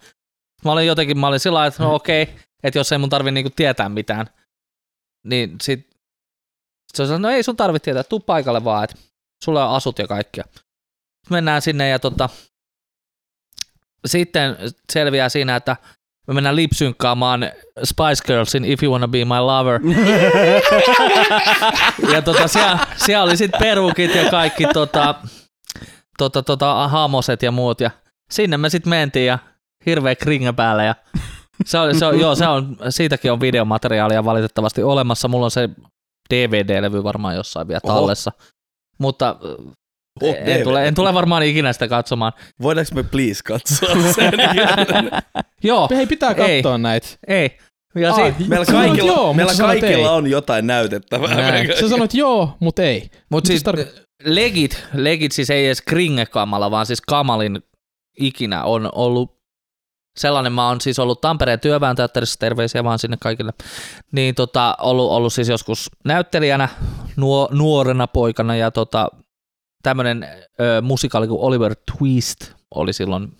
Speaker 1: Mä olin jotenkin, mä olin sillä lailla, että no okei, okay, että jos ei mun tarvi niinku tietää mitään, niin sit se sanoi, no ei sun tarvitse tietää, tuu paikalle vaan, että sulla on asut ja kaikkia. Mennään sinne ja tota, sitten selviää siinä, että me mennään lipsynkkaamaan Spice Girlsin If You Wanna Be My Lover. ja tota, siellä, siellä oli sitten perukit ja kaikki tota, tota, tota, haamoset ja muut. Ja sinne me sitten mentiin ja hirveä kringe päälle. Ja se on, se on, joo, se on, siitäkin on videomateriaalia valitettavasti olemassa. Mulla on se DVD-levy varmaan jossain vielä
Speaker 4: Oho.
Speaker 1: tallessa. Mutta
Speaker 4: Oh,
Speaker 1: oh, en, tule, en tule varmaan ikinä sitä katsomaan.
Speaker 4: Voidaanko me please katsoa sen?
Speaker 1: Joo,
Speaker 2: *laughs* Hei, pitää
Speaker 1: Ei.
Speaker 2: katsoa näitä.
Speaker 1: ei. Ja
Speaker 2: Ai.
Speaker 1: sit,
Speaker 4: Ah, meillä
Speaker 2: Sanoit
Speaker 4: kaikilla,
Speaker 2: joo,
Speaker 4: joo,
Speaker 2: mutta
Speaker 4: meillä
Speaker 2: sanoit
Speaker 4: kaikilla
Speaker 2: ei.
Speaker 4: on jotain näytettävää.
Speaker 1: Näin.
Speaker 4: Meillä-
Speaker 2: Sä
Speaker 4: *laughs*
Speaker 2: sanoit joo, mut ei.
Speaker 1: Mut
Speaker 2: Mitä
Speaker 1: siis
Speaker 2: se tarko-
Speaker 1: legit, legit siis ei edes kringekamala, vaan siis kamalin ikinä on ollut sellainen mä oon siis ollut Tampereen työväen teatterissa, terveisiä vaan sinne kaikille, niin tota, ollut, ollut siis joskus näyttelijänä nuo, nuorena poikana ja tota, tämmöinen ö, musikaali kuin Oliver Twist oli silloin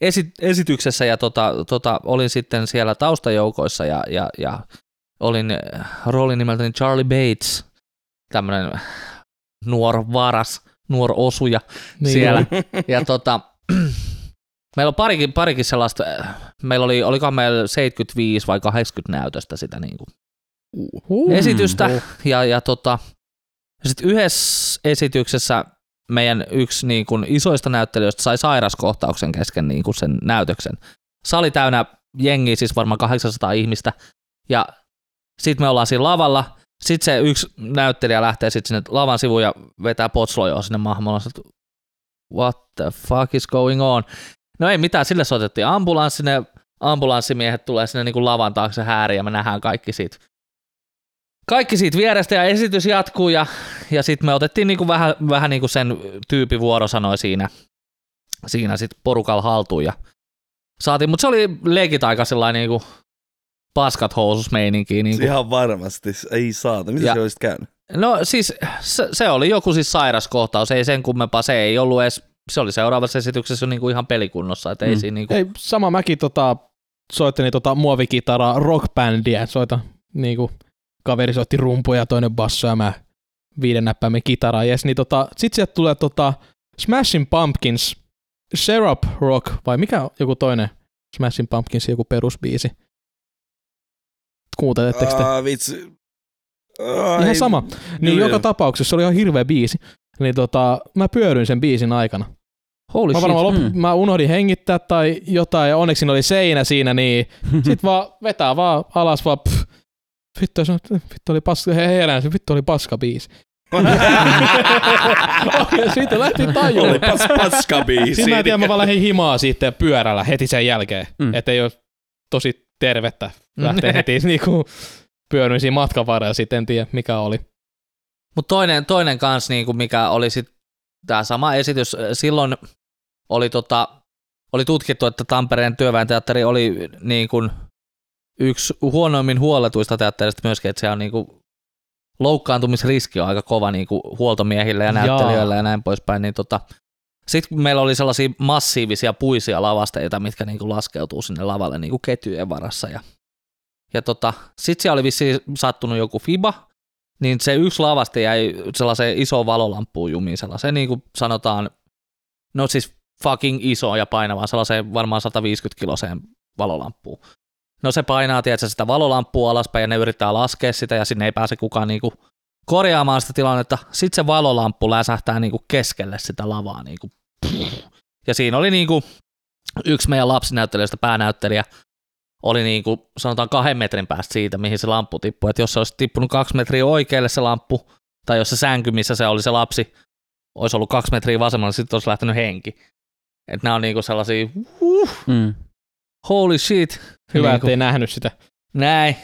Speaker 1: esi- esityksessä ja tota, tota, olin sitten siellä taustajoukoissa ja, ja, ja olin äh, roolin nimeltäni Charlie Bates, tämmöinen nuor varas, nuor osuja niin siellä. Ja tota, *clears throat* meillä on parikin, parikin sellaista, äh, meillä oli, olikohan meillä 75 vai 80 näytöstä sitä niin kuin
Speaker 2: Uh.
Speaker 1: esitystä.
Speaker 2: Oh.
Speaker 1: Ja, ja tota, sitten yhdessä esityksessä meidän yksi niin kuin isoista näyttelijöistä sai sairaskohtauksen kesken niin kuin sen näytöksen. Sali täynnä jengiä, siis varmaan 800 ihmistä. Ja sitten me ollaan siinä lavalla. Sitten se yksi näyttelijä lähtee sitten sinne lavan sivuun ja vetää potslojoa sinne maahan. Me ollaan sieltä, what the fuck is going on? No ei mitään, sille soitettiin ambulanssi. Ne ambulanssimiehet tulee sinne niin kuin lavan taakse hääriin ja me nähdään kaikki siitä kaikki siitä vierestä ja esitys jatkuu ja, ja sitten me otettiin niinku vähän, vähän niinku sen tyypin vuorosanoi siinä, siinä sit porukalla haltuun ja saatiin, mutta se oli leikit aika sellainen niinku paskat housus meininki. Niinku.
Speaker 4: Ihan varmasti. Ei saata. Mitä
Speaker 1: Ja-
Speaker 4: se olisit käynyt?
Speaker 1: No siis se, se, oli joku siis sairaskohtaus, ei sen kummempaa, se ei ollut edes, se oli seuraavassa esityksessä niinku ihan pelikunnossa, että ei
Speaker 4: Mm.
Speaker 1: siinä niinku,
Speaker 2: Ei, sama mäkin tota, soittelin tota muovikitaraa rockbändiä, soita niinku, kaveri soitti rumpuja, toinen basso ja mä viiden näppäimen kitaraa, jes, niin tota, sit sieltä tulee tota Smashing Pumpkins, Syrup Rock, vai mikä on joku toinen Smashing Pumpkins, joku perusbiisi? Kuunteletteko te?
Speaker 4: Ah, vitsi. Ah,
Speaker 2: Ihan
Speaker 4: ei-
Speaker 2: sama. Niin
Speaker 4: joo,
Speaker 2: joka
Speaker 4: joo. *laughs*
Speaker 2: tapauksessa se oli ihan hirveä biisi. Niin tota, mä pyöryin sen biisin aikana.
Speaker 1: holy
Speaker 2: Mä
Speaker 1: shit.
Speaker 2: varmaan lop-
Speaker 3: Mm.
Speaker 2: mä unohdin hengittää tai jotain ja onneksi siinä oli seinä siinä, niin sit vaan vetää vaan alas vaan pff, vittu, se, on- vittu oli paska, hei herään, se vittu oli paska biisi. Ja siitä lähti tajuun.
Speaker 4: Olipas paska biisi.
Speaker 2: Sitten mä en tiedä, mä vaan lähdin himaa siitä ja pyörällä heti sen jälkeen,
Speaker 3: Mm.
Speaker 2: mm. ettei ole tosi tervettä
Speaker 1: Mm.
Speaker 2: lähteä heti *laughs* niinku pyöryin siinä matkan varrella, sitten en tiedä mikä oli.
Speaker 1: Mutta toinen, toinen kans, niinku, mikä oli sitten tämä sama esitys, äh, silloin oli, tota, oli tutkittu, että Tampereen työväenteatteri oli niin kuin, yksi huonoimmin huoletuista teatterista myöskin, että se on niin kuin, loukkaantumisriski on aika kova niin kuin, huoltomiehillä ja
Speaker 2: Jaa.
Speaker 1: näyttelijöillä ja näin poispäin. Niin, tota, sitten meillä oli sellaisia massiivisia puisia lavasteita, mitkä niin kuin, laskeutuu sinne lavalle niin kuin ketjujen varassa. Ja, ja tota, sitten siellä oli vissiin sattunut joku fiba, niin se yksi lavaste jäi sellaiseen isoon valolamppuun jumiin, sellaiseen niin kuin sanotaan, no siis fucking iso ja painavaan, sellaiseen varmaan 150 kiloseen valolampuun. No se painaa, tiedätkö, sitä valolamppua alaspäin ja ne yrittää laskea sitä ja sinne ei pääse kukaan niinku korjaamaan sitä tilannetta. Sitten se valolamppu läsähtää niinku keskelle sitä lavaa. Niinku. Ja siinä oli niinku yksi meidän lapsinäyttelijöistä, päänäyttelijä, oli niin kuin, sanotaan kahden metrin päästä siitä, mihin se lamppu tippui. Että jos se olisi tippunut kaksi metriä oikealle se lamppu, tai jos se sänky, missä se oli se lapsi, olisi ollut kaksi metriä vasemmalle, sitten olisi lähtenyt henki. Että nämä on niinku sellaisia, uh,
Speaker 3: Mm.
Speaker 1: holy shit.
Speaker 2: Hyvä,
Speaker 1: Niinku,
Speaker 2: ettei nähnyt sitä.
Speaker 1: Näin.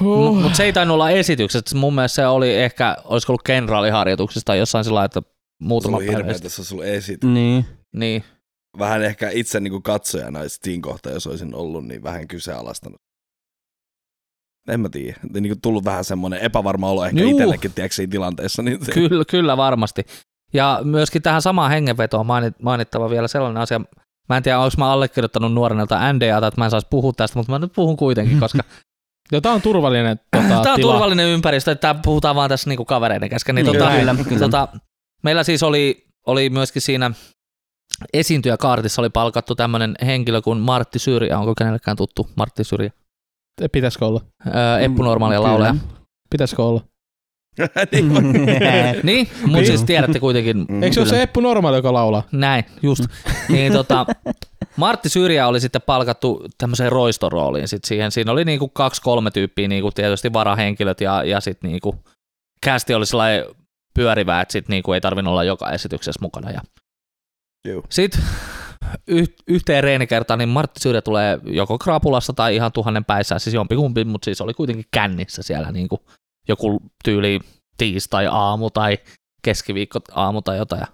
Speaker 2: Huh.
Speaker 1: Mutta se ei tainnut olla esitykset. Mun mielestä se oli ehkä, olisiko ollut kenraaliharjoituksista tai jossain sillä lailla, että
Speaker 4: Se
Speaker 1: muutama
Speaker 4: oli
Speaker 1: päivä.
Speaker 4: hirveä, että se olisi ollut esit.
Speaker 3: Niin.
Speaker 1: Niin.
Speaker 4: Vähän ehkä itse niin katsojana siinä kohtaa, jos olisin ollut, niin vähän kyseenalaistanut. En mä tiedä. Niin kuin tullut vähän semmoinen epävarma olo ehkä
Speaker 2: Juu.
Speaker 4: itsellekin, tiedätkö, siinä tilanteessa. Niin se,
Speaker 1: Kyllä, kyllä varmasti. Ja myöskin tähän samaan hengenvetoon mainit, mainittava vielä sellainen asia, mä en tiedä, onko mä allekirjoittanut nuorennelta NDAta, että mä en saisi puhua tästä, mutta mä nyt puhun kuitenkin, koska
Speaker 2: Ja tää on turvallinen tota,
Speaker 1: tämä on
Speaker 2: tila.
Speaker 1: turvallinen ympäristö, että tää puhutaan vaan tässä niinku kavereiden kesken. Niin,
Speaker 3: Mm,
Speaker 1: tota,
Speaker 3: kyllä, kyllä.
Speaker 1: Tota, meillä siis oli, oli myöskin siinä esiintyjäkaartissa oli palkattu tämmöinen henkilö kuin Martti Syrjä, onko kenellekään tuttu Martti Syrjä?
Speaker 2: Pitäisikö olla?
Speaker 1: Öö, Eppu Normaalia
Speaker 3: Mm, Kyllä. *laughs*
Speaker 1: laulaja.
Speaker 2: Pitäisikö olla?
Speaker 4: *laughs* niin on.
Speaker 1: *laughs* Niin, mutta
Speaker 2: Niin.
Speaker 1: siis tiedätte kuitenkin
Speaker 4: Mm.
Speaker 2: Mm-hmm. Eikö se ole
Speaker 1: Kyllä.
Speaker 2: se Eppu Normaali, joka laulaa?
Speaker 1: Näin, just. Niin, tota, Martti Syrjä oli sitten palkattu tämmöiseen roistorooliin. Sit siihen. Siinä oli niinku kaksi kolme tyyppiä, niinku tietysti varahenkilöt ja, ja sitten niinku, kästi oli sellainen pyörivä, että sit niinku ei tarvinnut olla joka esityksessä mukana. Ja.
Speaker 4: Juu.
Speaker 1: Sitten yh, yhteen reenikertaan, niin Martti Syrjä tulee joko krapulassa tai ihan tuhannen päissään, siis jompikumpi, mutta siis oli kuitenkin kännissä siellä niinku, joku tyyli tiistai-aamu tai keskiviikko-aamu tai jotain. Ja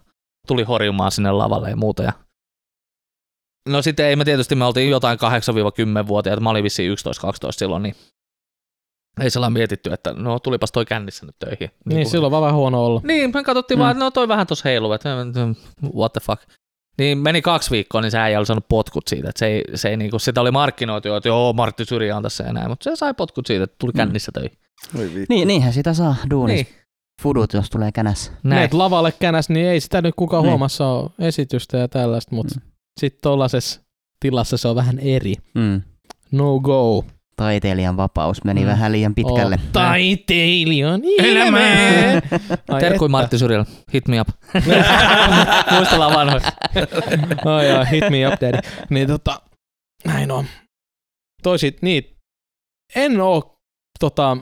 Speaker 1: tuli horjumaan sinne lavalle ja muuta. Ja No sitten ei me tietysti, me oltiin jotain 8-10-vuotiaita, mä olin vissiin 11-12 silloin, niin ei sillä mietitty, että no tulipas toi kännissä nyt töihin.
Speaker 2: Niin, niin
Speaker 1: kun-
Speaker 2: silloin vaan vähän huono olla.
Speaker 1: Niin, me katsottiin
Speaker 3: Mm.
Speaker 1: mm. vaan, että no toi vähän tuossa heiluu, että what the fuck. Niin meni kaksi viikkoa, niin se ei oli saanut potkut siitä. Että se ei, se ei niinku, sitä oli markkinoitu jo, että joo, Martti Syrjä on tässä enää, mutta se sai potkut siitä, että tuli
Speaker 3: Mm.
Speaker 1: kännissä töihin.
Speaker 4: Voi vittu.
Speaker 3: Niin, niinhän sitä saa duunis.
Speaker 1: Niin,
Speaker 3: Niin. Fudut, jos tulee känässä.
Speaker 1: näin.
Speaker 2: Meet lavalle känäs, niin ei sitä nyt kukaan
Speaker 3: Niin.
Speaker 2: niin. huomassa ole esitystä ja tällaista, mutta
Speaker 3: Mm.
Speaker 2: mm. sitten tollasessa tilassa se on vähän eri.
Speaker 3: Mm.
Speaker 2: No go.
Speaker 3: Taiteilijan vapaus meni mm.
Speaker 2: Mm.
Speaker 3: vähän liian pitkälle.
Speaker 2: Oh, taiteilijan
Speaker 1: Elämä!
Speaker 2: elämä! Ai
Speaker 1: Terkui
Speaker 2: että.
Speaker 1: Martti Syrjällä, hit me up.
Speaker 2: *laughs*
Speaker 1: Muistellaan vanhoja.
Speaker 2: Ai ai, hit me up daddy. Niin tota, näin on. Toisit, niin, en oo, tota,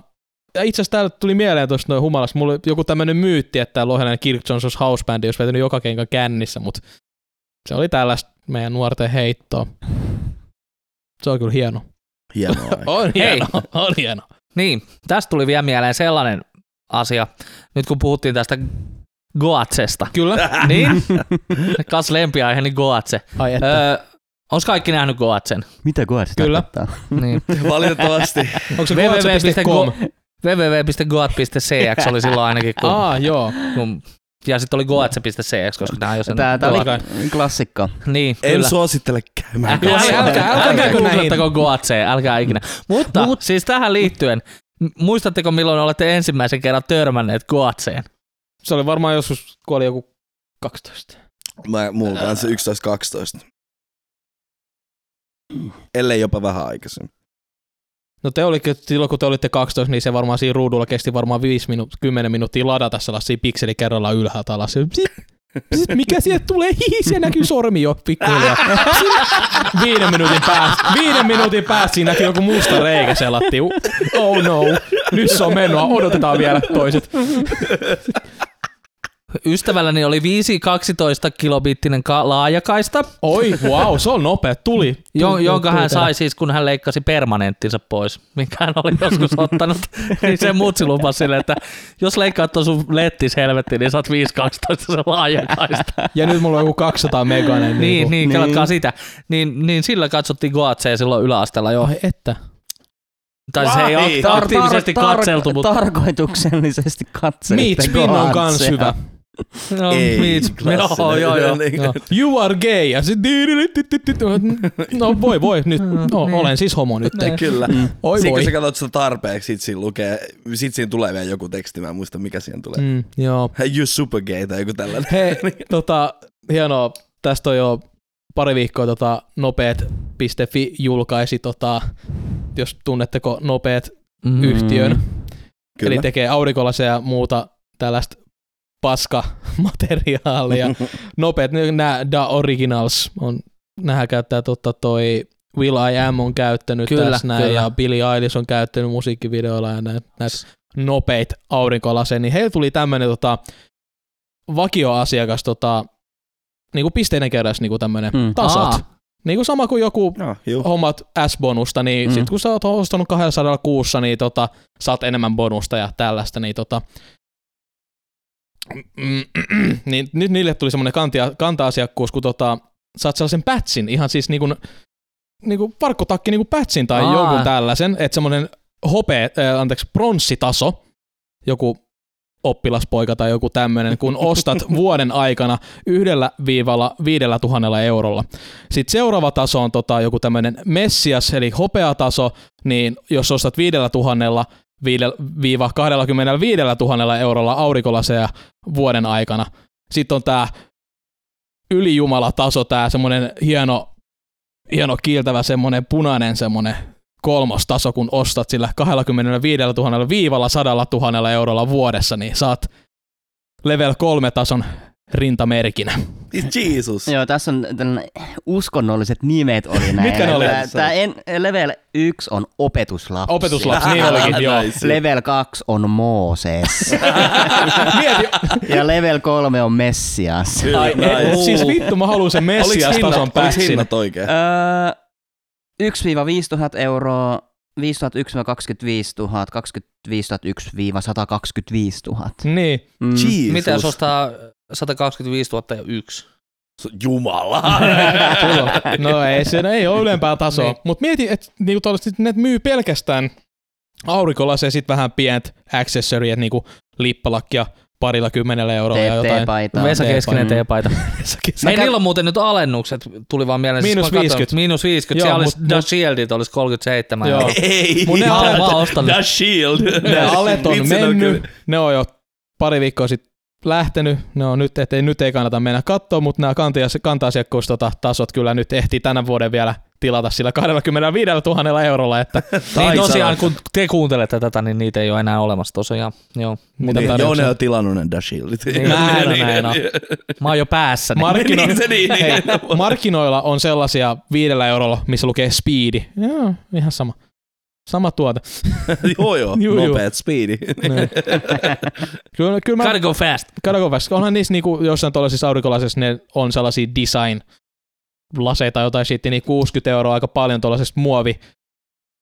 Speaker 2: ja itse asiassa täällä tuli mieleen tuossa noin humalas, mulla oli joku tämmönen myytti, että Lohjanen Kirk Jones olisi housebändi, jos vetänyt joka kenkä kännissä, mutta se oli tällaista meidän nuorten heittoa. Se on kyllä hieno. *laughs*
Speaker 4: Hienoa aikaa.
Speaker 2: On
Speaker 1: Hei.
Speaker 2: hieno, on hieno.
Speaker 1: Niin, tästä tuli vielä mieleen sellainen asia, nyt kun puhuttiin tästä Goatsesta.
Speaker 2: Kyllä.
Speaker 1: Niin, kas lempiaihe, niin Goatse.
Speaker 2: Ai että.
Speaker 1: Öö, Onko kaikki nähnyt Goatsen?
Speaker 3: Mitä koet sitä
Speaker 2: Kyllä.
Speaker 3: tarkoittaa?
Speaker 1: Niin.
Speaker 4: Valitettavasti.
Speaker 2: Onko se
Speaker 1: www.go-
Speaker 2: www.com?
Speaker 1: www.goat.cx oli silloin ainakin, kun,
Speaker 2: Aa, joo.
Speaker 1: kun ja sitten oli goatse.cx, koska nämä on jo sen...
Speaker 3: Tää, tää
Speaker 2: Kyllä.
Speaker 3: oli klassikko.
Speaker 1: Niin,
Speaker 4: En
Speaker 1: kyllä.
Speaker 4: suosittele käymään
Speaker 1: Älkää,
Speaker 2: Goatse.
Speaker 1: älkää, älkää,
Speaker 2: Älkää
Speaker 1: älkää
Speaker 2: kun näihin.
Speaker 1: googlettako Goatsea, älkää ikinä. Mutta Mut. siis tähän liittyen, m- muistatteko milloin olette ensimmäisen kerran törmänneet Goatseen?
Speaker 2: Se oli varmaan joskus, kun oli joku 12.
Speaker 4: Mä mulla on se 11-12. Ellei jopa vähän aikaisemmin.
Speaker 2: No te olitte, silloin kun te olitte 12, niin se varmaan siinä ruudulla kesti varmaan 5 minuut, 10 minuuttia ladata sellaisia pikseli kerrallaan ylhäältä alas. Psit, psit, mikä sieltä tulee? Hihi, se näkyy sormi jo pikkuhiljaa. *laughs* Psit. Viiden minuutin päästä, viiden minuutin päästä siinä näkyy joku musta reikä selatti. Oh no, nyt se on menoa, odotetaan vielä toiset.
Speaker 1: Ystävälläni oli 512 kilobiittinen ka- laajakaista,
Speaker 2: Oi, wow, se on nopea, tuli.
Speaker 1: jo-
Speaker 2: Tuli-
Speaker 1: jonka
Speaker 2: tuli
Speaker 1: hän
Speaker 2: tänä.
Speaker 1: sai siis, kun hän leikkasi permanenttinsa pois, minkä hän oli joskus *laughs* ottanut. niin se mutsi lupasi sille, että jos leikkaat tuon sun lettis helvettiin, niin saat 512 se laajakaista.
Speaker 2: Ja nyt mulla on joku 200
Speaker 1: *laughs*
Speaker 2: meganen.
Speaker 1: Niin,
Speaker 2: niinku-
Speaker 1: niin,
Speaker 4: niin.
Speaker 1: niin. sitä. Niin, niin sillä katsottiin Goatsea silloin yläasteella jo.
Speaker 2: Ai että.
Speaker 1: Tai se ei
Speaker 4: Vai?
Speaker 1: akti- aktiivisesti katseltu, mutta...
Speaker 3: Tarkoituksellisesti katselitte
Speaker 2: Meat Spin on kans
Speaker 3: Goatsea.
Speaker 2: hyvä.
Speaker 1: No,
Speaker 4: Ei,
Speaker 1: Mitch-
Speaker 4: klassinen.
Speaker 1: Joo, joo, joo.
Speaker 4: Niin,
Speaker 2: Joo. No, You are gay. Ja sit... No voi voi, nyt no,
Speaker 1: Niin.
Speaker 2: olen siis homo nyt.
Speaker 4: *laughs* Kyllä.
Speaker 2: Oi
Speaker 4: Siinä
Speaker 2: voi.
Speaker 4: kun sä katsot sitä tarpeeksi, sit siinä lukee, sit siinä tulee vielä joku teksti, mä en muista mikä siihen tulee. Mm.
Speaker 2: Mm, joo.
Speaker 4: You super gay tai joku tällainen.
Speaker 2: Hei, tota, hienoa. Tästä on jo pari viikkoa tota, nopeet.fi julkaisi, tota, jos tunnetteko nopeet
Speaker 1: Mm.
Speaker 2: yhtiön.
Speaker 4: Kyllä.
Speaker 2: Eli tekee aurinkolaseja ja muuta tällaista paskamateriaalia. Nopeet, nämä Da Originals on, nämähän käyttää totta toi Will I Am on käyttänyt
Speaker 1: Kyllä,
Speaker 2: kyllä, tässä näin,
Speaker 1: kyllä.
Speaker 2: ja Billy Eilish on käyttänyt musiikkivideoilla ja näitä näit nopeita aurinkolaseja, niin heillä tuli tämmöinen tota, vakioasiakas tota, niinku pisteiden keräys niinku tämmöinen
Speaker 3: Mm.
Speaker 2: mm. tasot.
Speaker 1: Aa.
Speaker 2: Niinku sama kuin joku
Speaker 4: No, juu.
Speaker 2: hommat S-bonusta, niin
Speaker 3: Mm.
Speaker 2: mm. sit kun sä oot ostanut 200 kuussa, niin tota, saat enemmän bonusta ja tällaista, niin tota, Mm, niin nyt niille tuli semmoinen kantia, kanta-asiakkuus, kun tota, saat sellaisen pätsin, ihan siis niinku, niinku parkkotakki niinku pätsin tai
Speaker 1: Aa.
Speaker 2: Aa. jonkun tällaisen, että semmoinen hopea, äh, anteeksi, pronssitaso, joku oppilaspoika tai joku tämmöinen, kun ostat vuoden aikana yhdellä viivalla viidellä tuhannella eurolla. Sitten seuraava taso on tota, joku tämmöinen messias, eli hopeataso, niin jos ostat viidellä tuhannella viide- viiva 25 tuhannella eurolla aurinkolaseja vuoden aikana. Sitten on tämä ylijumalataso, tämä semmoinen hieno, hieno kiiltävä semmoinen punainen semmoinen kolmas taso, kun ostat sillä 25 000 viivalla 100 000 eurolla vuodessa, niin saat level 3 tason rintamerkinä.
Speaker 4: Siis Jesus.
Speaker 3: Joo, tässä on tämän uskonnolliset nimet oli näin.
Speaker 2: Mitkä ne oli?
Speaker 3: Tää, tää en, level 1 on opetuslapsi.
Speaker 2: Opetuslapsi, niin olikin, joo.
Speaker 4: *laughs* Nice.
Speaker 3: Level 2
Speaker 2: *laughs*
Speaker 3: on Mooses.
Speaker 2: Mieti,
Speaker 3: ja level 3 on Messias.
Speaker 4: Kyllä,
Speaker 2: ai, et,
Speaker 4: nice.
Speaker 2: siis vittu, mä haluan sen
Speaker 4: Oliks
Speaker 2: Messias
Speaker 4: hinnat,
Speaker 2: tason
Speaker 4: oliks
Speaker 2: pässin.
Speaker 4: hinnat oikein?
Speaker 3: Öö, 1-5000 euroa, 5001-25 000, 25-125 000.
Speaker 2: Niin,
Speaker 3: Mm.
Speaker 4: Jesus.
Speaker 2: mm,
Speaker 1: Mitä jos ostaa 125 000 ja yksi?
Speaker 4: Se on
Speaker 2: *laughs*
Speaker 4: Jumala.
Speaker 2: Tulo. No ei, se ei ole ylempää tasoa. Niin. Mutta mieti, että niinku tollaset, ne myy pelkästään aurinkolaseja, sit vähän pientä accessoryja, niinku lippalakkia parilla kymmenellä eurolla ja jotain. *laughs*
Speaker 3: TT-paitaa.
Speaker 1: Vesa Keskinen teepaita. Ei
Speaker 2: Mä
Speaker 1: niillä on muuten nyt alennukset, tuli vaan mieleen. siis
Speaker 2: Miinus
Speaker 1: mä katsoin,
Speaker 2: 50.
Speaker 1: Miinus 50,
Speaker 2: Joo,
Speaker 1: siellä olisi
Speaker 2: mut-
Speaker 1: The
Speaker 2: mut-
Speaker 1: Shieldit, olisi 37.
Speaker 2: Joo.
Speaker 4: Ei.
Speaker 2: Mun ne
Speaker 4: Tää-
Speaker 1: Mä
Speaker 2: alet,
Speaker 1: oon ostanut.
Speaker 4: The Shield.
Speaker 2: ne alet on
Speaker 4: Itse ne
Speaker 2: mennyt,
Speaker 4: kyllä-
Speaker 2: ne on jo pari viikkoa sitten lähtenyt, ne on nyt, ettei nyt ei kannata mennä katsoa, mutta nämä kantias- kanta-asiakkuus tota, tasot kyllä nyt ehtii tänä vuoden vielä tilata sillä 25 000 eurolla,
Speaker 4: *laughs*
Speaker 2: että
Speaker 1: Niin
Speaker 4: Tai
Speaker 1: tosiaan,
Speaker 4: sanat.
Speaker 1: kun te kuuntelette tätä, niin niitä ei ole enää olemassa tosiaan. Joo.
Speaker 2: mitä
Speaker 4: Niin,
Speaker 2: tarjouksia-
Speaker 4: Joone on tilannut ne The Shieldit.
Speaker 1: Niin, näin on, näin on. Mä oon jo päässä. Niin.
Speaker 2: Markkino-
Speaker 4: *laughs* Niin, se *laughs* niin, niin.
Speaker 2: Hei, markkinoilla on sellaisia viidellä eurolla, missä lukee speedi. Joo, ihan sama. Sama
Speaker 4: *laughs*
Speaker 2: tuote.
Speaker 4: Joo joo,
Speaker 2: *laughs* Juu, juu.
Speaker 4: nopeat speedi.
Speaker 2: Niin. kyllä, kyllä mä,
Speaker 1: Gotta go fast.
Speaker 2: Kato, onhan niissä niinku, jossain tuollaisissa aurinkolaseissa ne on sellaisia design laseita tai jotain siitä, niin 60 euroa aika paljon tuollaisesta muovi,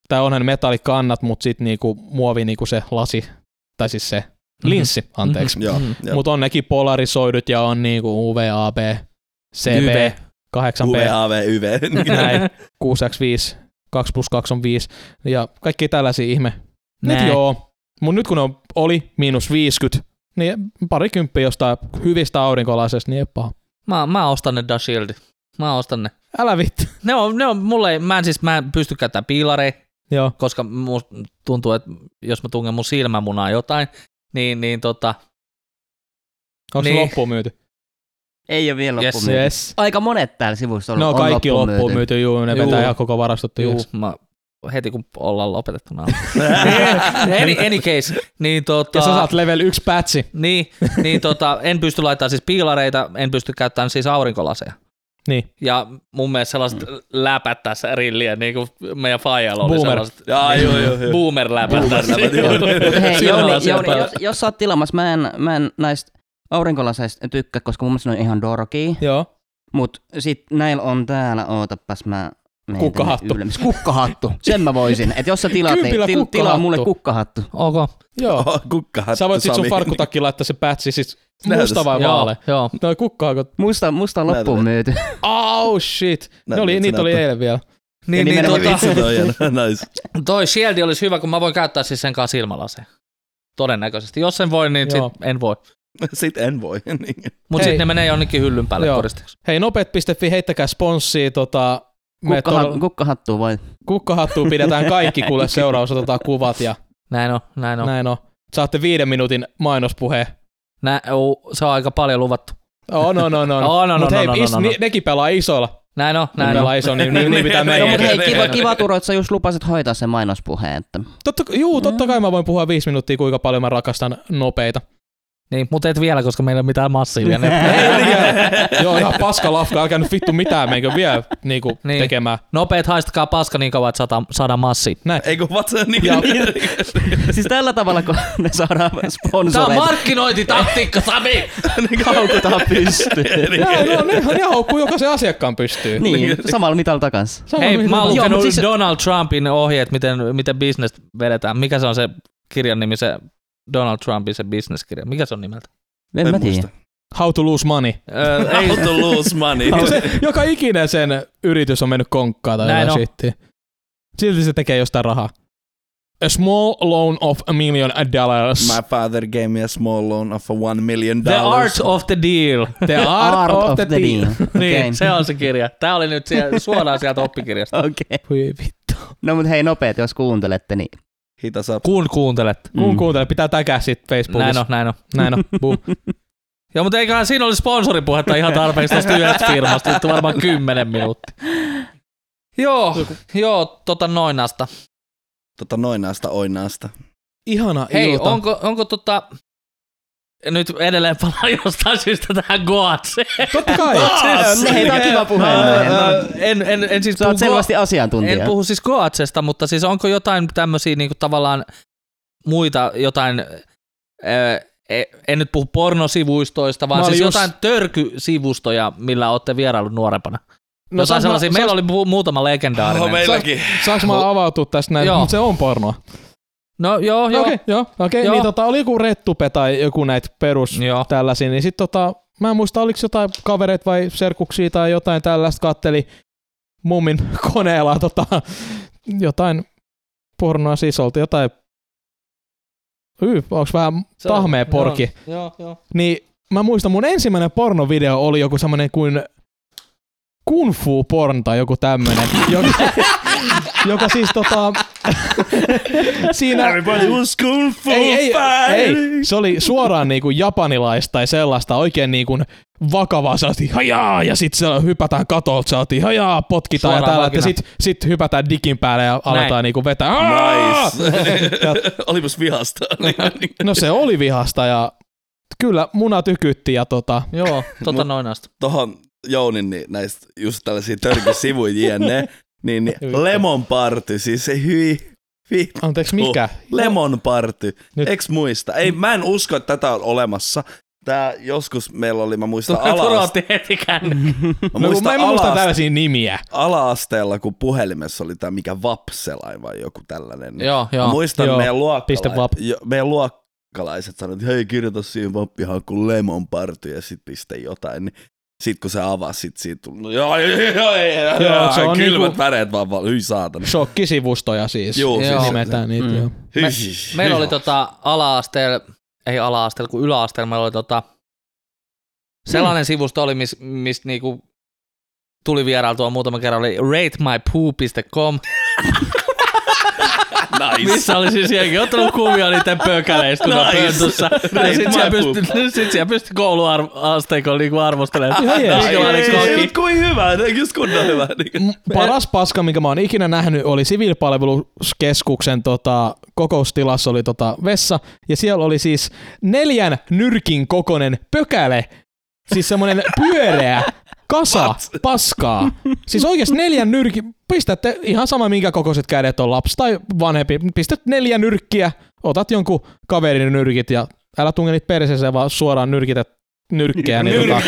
Speaker 2: tai onhan metallikannat, mutta sitten niinku, muovi niinku se lasi, tai siis se linssi, anteeksi.
Speaker 1: Mhm.
Speaker 4: Joo,
Speaker 1: Mm.
Speaker 4: joo.
Speaker 2: Mutta on nekin polarisoidut ja on niinku UVAB,
Speaker 1: YV.
Speaker 2: CB, 8B,
Speaker 4: UVAV, YV.
Speaker 2: näin, 6x5, 2 plus 2 on 5, ja kaikki tällaisia ihme. Nyt
Speaker 1: Näin.
Speaker 2: joo, mutta nyt kun on, oli miinus 50, niin parikymppiä jostain hyvistä aurinkolaisesta, niin ei oo paha.
Speaker 1: Mä, mä ostan ne Dash Shield. Mä ostan ne.
Speaker 2: Älä vittu. *laughs*
Speaker 1: Ne on, ne on mulle, mä en siis, mä en pysty käyttämään piilareja,
Speaker 2: Joo.
Speaker 1: koska mu tuntuu, että jos mä tungen mun silmämunaa jotain, niin, niin tota,
Speaker 2: Onko niin.
Speaker 1: Niin.
Speaker 2: se loppuun myyty?
Speaker 3: Ei ole vielä
Speaker 1: Yes.
Speaker 3: loppuun myyty.
Speaker 2: Yes.
Speaker 3: Aika monet täällä sivussa on,
Speaker 2: No
Speaker 3: on
Speaker 2: kaikki
Speaker 3: loppuun
Speaker 2: loppuun
Speaker 3: myyty.
Speaker 2: myyty, juu, ne
Speaker 1: Juu.
Speaker 2: vetää ihan koko varastot
Speaker 1: juu,
Speaker 2: tyhjäksi.
Speaker 1: mä, heti kun ollaan lopetettu nää. Niin.
Speaker 4: *laughs*
Speaker 1: any, any case, niin tota,
Speaker 2: Ja sä saat level 1 pätsi.
Speaker 1: niin, niin tota, en pysty laittamaan siis piilareita, en pysty käyttämään siis aurinkolaseja.
Speaker 2: Niin.
Speaker 1: Ja mun mielestä sellaiset mm. läpät tässä rilliä, niin kuin meidän faijalla oli
Speaker 2: Boomer.
Speaker 1: sellaiset Niin,
Speaker 4: Jaa, joo, joo, joo.
Speaker 1: boomer-läpät tässä.
Speaker 4: Boomer-läpät,
Speaker 1: *laughs*
Speaker 4: joo.
Speaker 3: Hei,
Speaker 1: Silmällä
Speaker 3: Jouni,
Speaker 1: siellä
Speaker 3: Jouni,
Speaker 1: päällä.
Speaker 3: jos, jos sä oot tilaamassa, mä en, mä en näistä aurinkolaseista tykkää, koska mun mielestä ne on ihan dorkii.
Speaker 2: Joo.
Speaker 3: Mut sit näillä on täällä, ootapas mä mietin
Speaker 2: Kukkahattu.
Speaker 3: ylemmä- Kukkahattu, sen mä voisin. Et jos sä tilaat,
Speaker 2: Kympillä
Speaker 3: niin til, tilaa
Speaker 2: kukkahattu.
Speaker 3: mulle kukkahattu.
Speaker 1: Ok,
Speaker 2: Joo.
Speaker 4: Kukkahattu
Speaker 2: Sä voit sit sun
Speaker 4: Oh, Sami.
Speaker 2: farkkutakki laittaa se pätsi, siis
Speaker 4: Näytös.
Speaker 2: musta vai
Speaker 1: joo,
Speaker 2: vaale?
Speaker 1: joo.
Speaker 2: No kukkaako?
Speaker 3: Musta, musta on
Speaker 4: Näytä
Speaker 3: loppuun myyty.
Speaker 2: Oh shit. Ne
Speaker 4: Näytä,
Speaker 2: oli,
Speaker 4: että
Speaker 2: niitä
Speaker 4: sä
Speaker 2: oli
Speaker 4: näytät.
Speaker 2: eilen vielä.
Speaker 1: Niin, niin,
Speaker 3: nimenomaan
Speaker 1: tota,
Speaker 4: Vitsi, toi on *laughs* nice.
Speaker 1: toi shieldi olisi hyvä, kun mä voin käyttää siis sen kanssa silmälaseen. Todennäköisesti. Jos en voi, niin sit
Speaker 2: Joo.
Speaker 1: en voi.
Speaker 4: Sitten en voi. *laughs* Niin.
Speaker 1: Mutta
Speaker 2: Hei.
Speaker 1: sitten ne menee jonnekin hyllyn päälle
Speaker 2: Joo.
Speaker 1: koristeeksi.
Speaker 2: Hei, nopeet.fi, heittäkää sponssia. Tota, me
Speaker 3: Kukkaha,
Speaker 2: todella-
Speaker 3: kukkahattu voi.
Speaker 2: kukkahattuun pidetään kaikki, kuule seuraus, otetaan kuvat ja
Speaker 1: Näin on, näin
Speaker 2: no.
Speaker 1: on.
Speaker 2: näin on. Saatte viiden minuutin mainospuheen.
Speaker 1: Nä, uu, se on aika paljon luvattu.
Speaker 2: Oh, no, no, no.
Speaker 1: Oh, no, no,
Speaker 2: Mut
Speaker 1: no,
Speaker 2: hei,
Speaker 1: no, no,
Speaker 2: is,
Speaker 1: no.
Speaker 2: ni- nekin pelaa isolla.
Speaker 1: Näin on,
Speaker 2: Ne
Speaker 1: näin on.
Speaker 2: pelaa iso, niin, niin, niin
Speaker 1: *laughs*
Speaker 2: pitää
Speaker 4: Joo,
Speaker 2: mennä.
Speaker 3: No, mut hei,
Speaker 4: Ei,
Speaker 3: kiva,
Speaker 4: ei,
Speaker 3: kiva Turo, että sä just lupasit hoitaa sen mainospuheen. Että.
Speaker 2: Totta, juu, totta kai mä voin puhua viisi minuuttia, kuinka paljon mä rakastan
Speaker 1: *laughs*
Speaker 2: nopeita.
Speaker 1: Niin, mutta et vielä, koska meillä ei ole mitään massiivia.
Speaker 2: Ei, ei, ei. Joo, ihan paska lafka, älkää nyt vittu mitään, menkö vielä niinku,
Speaker 1: Niin.
Speaker 2: niin. tekemään.
Speaker 1: Nopeet haistakaa paska niin kauan, että saadaan, saadaan massi.
Speaker 4: Ei kun vatsa niin.
Speaker 2: Joo.
Speaker 3: *laughs* Siis tällä tavalla, kun ne saadaan
Speaker 1: Tämä on
Speaker 3: sponsoreita,
Speaker 1: markkinointitaktiikka, Sami!
Speaker 3: niin kaukutaan pystyyn.
Speaker 4: *laughs*
Speaker 2: Joo,
Speaker 4: Niin.
Speaker 2: no, ne, ne haukkuu jokaisen asiakkaan pystyy.
Speaker 3: niin, samalla mitalla kanssa.
Speaker 2: Sama
Speaker 1: Hei,
Speaker 2: mitä-
Speaker 1: mä oon
Speaker 3: Joo,
Speaker 1: lukenut
Speaker 3: mut
Speaker 1: siis...
Speaker 3: siis-
Speaker 1: Donald Trumpin ohjeet, miten, miten business vedetään. Mikä se on se kirjan nimi, se Donald Trumpin se business-kirja? Mikä se on nimeltä?
Speaker 3: En, mä tiedä.
Speaker 2: How to lose money.
Speaker 1: Öö,
Speaker 4: How to lose
Speaker 2: *laughs*
Speaker 4: money.
Speaker 2: Niin se, joka ikinen sen yritys on mennyt konkkaan tai
Speaker 1: Näin
Speaker 2: jotain shittiä. Silti se tekee jostain rahaa. A small loan of a million dollars.
Speaker 4: My father gave me a small loan of a one million
Speaker 1: the
Speaker 4: dollars.
Speaker 1: Art of the Deal.
Speaker 2: The *laughs* art, of, the, deal.
Speaker 1: Niin,
Speaker 3: Okei.
Speaker 1: se on se kirja. Tää oli nyt siellä, suoraan sieltä oppikirjasta.
Speaker 3: *laughs* Okei.
Speaker 2: Voi vittu.
Speaker 3: No mut hei nopeet, jos kuuntelette, niin...
Speaker 4: Hit us up.
Speaker 1: Kun kuuntelet.
Speaker 2: Kun kuuntele, pitää täkää sit Facebookissa.
Speaker 1: Mm. Näin on, näin on.
Speaker 2: Näin on. Boom.
Speaker 1: Joo, mutta eiköhän siinä oli sponsoripuhetta ihan tarpeeksi tuosta yhdestä firmasta, nyt varmaan 10 minuuttia. Joo, joo, tota noinasta.
Speaker 4: Tota noinaasta oinaasta.
Speaker 2: Ihana
Speaker 1: Hei,
Speaker 2: ilta.
Speaker 1: onko, onko tota... Nyt edelleen palaan jostain syystä tähän Goatseen.
Speaker 2: Totta
Speaker 1: *laughs*
Speaker 2: kai. No
Speaker 3: Se- No hei, tää on
Speaker 1: No,
Speaker 3: kiva puhe.
Speaker 1: en, en, en, siis
Speaker 3: Sä
Speaker 1: puhu,
Speaker 3: oot selvästi
Speaker 1: Go- en
Speaker 3: asiantuntija.
Speaker 1: puhu siis Goatsesta, mutta siis onko jotain tämmöisiä niinku tavallaan muita jotain... Ö, e- en nyt puhu pornosivuistoista, vaan
Speaker 2: Mä olin
Speaker 1: siis
Speaker 2: just-
Speaker 1: jotain törkysivustoja, millä olette vieraillut nuorempana. No, jotain
Speaker 2: saanko mä-
Speaker 1: sellaisia.
Speaker 2: saanko-
Speaker 1: Meillä oli pu- muutama legendaarinen.
Speaker 4: Oh, meilläkin.
Speaker 2: Saanko mä avautua tästä näin?
Speaker 1: Joo.
Speaker 2: Mut se on pornoa.
Speaker 1: No joo, joo.
Speaker 2: Okei, joo. Okei,
Speaker 1: Joo.
Speaker 2: niin tota, oli joku rettupe tai joku näitä perus
Speaker 1: Joo.
Speaker 2: tällaisia, niin sit tota, mä en muista, oliko jotain kavereita vai serkuksia tai jotain tällaista, katteli mummin *laughs* koneella tota, jotain pornoa siis oltiin, jotain Yy, onks vähän
Speaker 1: Se on-
Speaker 2: tahmea porki.
Speaker 1: Joo, joo.
Speaker 2: Niin mä muistan, mun ensimmäinen pornovideo oli joku semmonen kuin Kung Fu Porn tai joku tämmönen, *laughs* joka, joka siis tota... *laughs* siinä,
Speaker 4: Everybody was kung fu
Speaker 2: ei, ei, ei,
Speaker 4: fighting.
Speaker 2: se oli suoraan niinku japanilaista tai sellaista oikein niinku vakavaa, saatiin hajaa ja sit siellä hypätään katolta, saatiin hajaa, potkitaan
Speaker 1: Suoraan
Speaker 2: ja täällä, ja
Speaker 1: palkinnan.
Speaker 2: sit, sit hypätään dikin päälle ja aletaan
Speaker 1: Näin.
Speaker 2: niinku vetää. Aa!
Speaker 4: Nice. *laughs* Niin, Olipas vihasta.
Speaker 2: No se oli vihasta ja kyllä muna tykytti ja tota,
Speaker 1: Joo, tota
Speaker 4: Mut-
Speaker 1: noin asti.
Speaker 4: Tuohon Jounin niin näistä just tällaisia törkisivuja jne. Niin, niin Lemon Party, siis se hyi, vi,
Speaker 2: anteeksi mikä?
Speaker 4: Oh, Lemon Party,
Speaker 2: Nyt-
Speaker 4: eks muista. Ei, mä en usko, että tätä on olemassa. Tää joskus meillä oli, mä muistan ala-aste-
Speaker 1: Turotti heti kännykkä.
Speaker 4: mä
Speaker 2: No, kun
Speaker 4: muistan
Speaker 2: mä en muista
Speaker 4: ala-aste-
Speaker 2: tällaisia nimiä.
Speaker 4: ala-asteella, kun puhelimessa oli tämä mikä Vapselain vai joku tällainen. Niin
Speaker 1: Joo,
Speaker 4: Joo.
Speaker 1: joo.
Speaker 4: Mä muistan
Speaker 2: Joo.
Speaker 4: Joo. meidän
Speaker 2: Piste vap.
Speaker 4: luokkalaiset, jo, meidän luokkalaiset sanoi, että hei kirjoita siihen vappihan kuin lemon party ja sit piste jotain. Niin sit kun se avasi, sit siitä tuli, no joo, joo, joo, ei, joo, joo,
Speaker 2: se on
Speaker 4: joo kylmät
Speaker 2: niinku-
Speaker 4: niinku... väreet vaan, vaan hyi saatana.
Speaker 2: Shokkisivustoja siis.
Speaker 4: Joo,
Speaker 1: Joo.
Speaker 4: siis
Speaker 2: Nimetään niitä,
Speaker 3: Mm.
Speaker 2: joo.
Speaker 4: Hyi,
Speaker 1: Me-
Speaker 4: hyi,
Speaker 1: Meillä oli
Speaker 4: hyi.
Speaker 1: tota ala-asteella, ei ala-asteella, kun yläasteella meillä oli tota sellainen sivusto oli, missä mis niinku tuli vierailtua muutama kerran, oli ratemypoo.com,
Speaker 4: nice.
Speaker 1: missä oli siis jengi ottanut kuvia niiden pökäleistä, kun nice.
Speaker 4: Nice.
Speaker 1: pöntössä.
Speaker 4: Rate
Speaker 1: Ja sit
Speaker 4: my
Speaker 1: siellä pystyi, sit siellä pystyi kouluasteikon niinku arvostelemaan,
Speaker 2: Ihan jees.
Speaker 1: minkälainen
Speaker 4: Ei, ei,
Speaker 1: kokki.
Speaker 4: ei, kuin hyvä, tää on just kunnon hyvä. niin.
Speaker 2: M- Paras paska, minkä mä oon ikinä nähnyt, oli siviilipalveluskeskuksen tota, kokoustilassa oli tota, vessa, ja siellä oli siis neljän nyrkin kokonen pökäle, siis semmoinen pyöreä kasa paskaa. Siis oikeasti neljän nyrkin, pistätte ihan sama minkä kokoiset kädet on lapsi tai vanhempi, pistät neljä nyrkkiä, otat jonkun kaverin nyrkit ja älä tunge niitä perseeseen, vaan suoraan nyrkitä nyrkkejä. Niin, tota,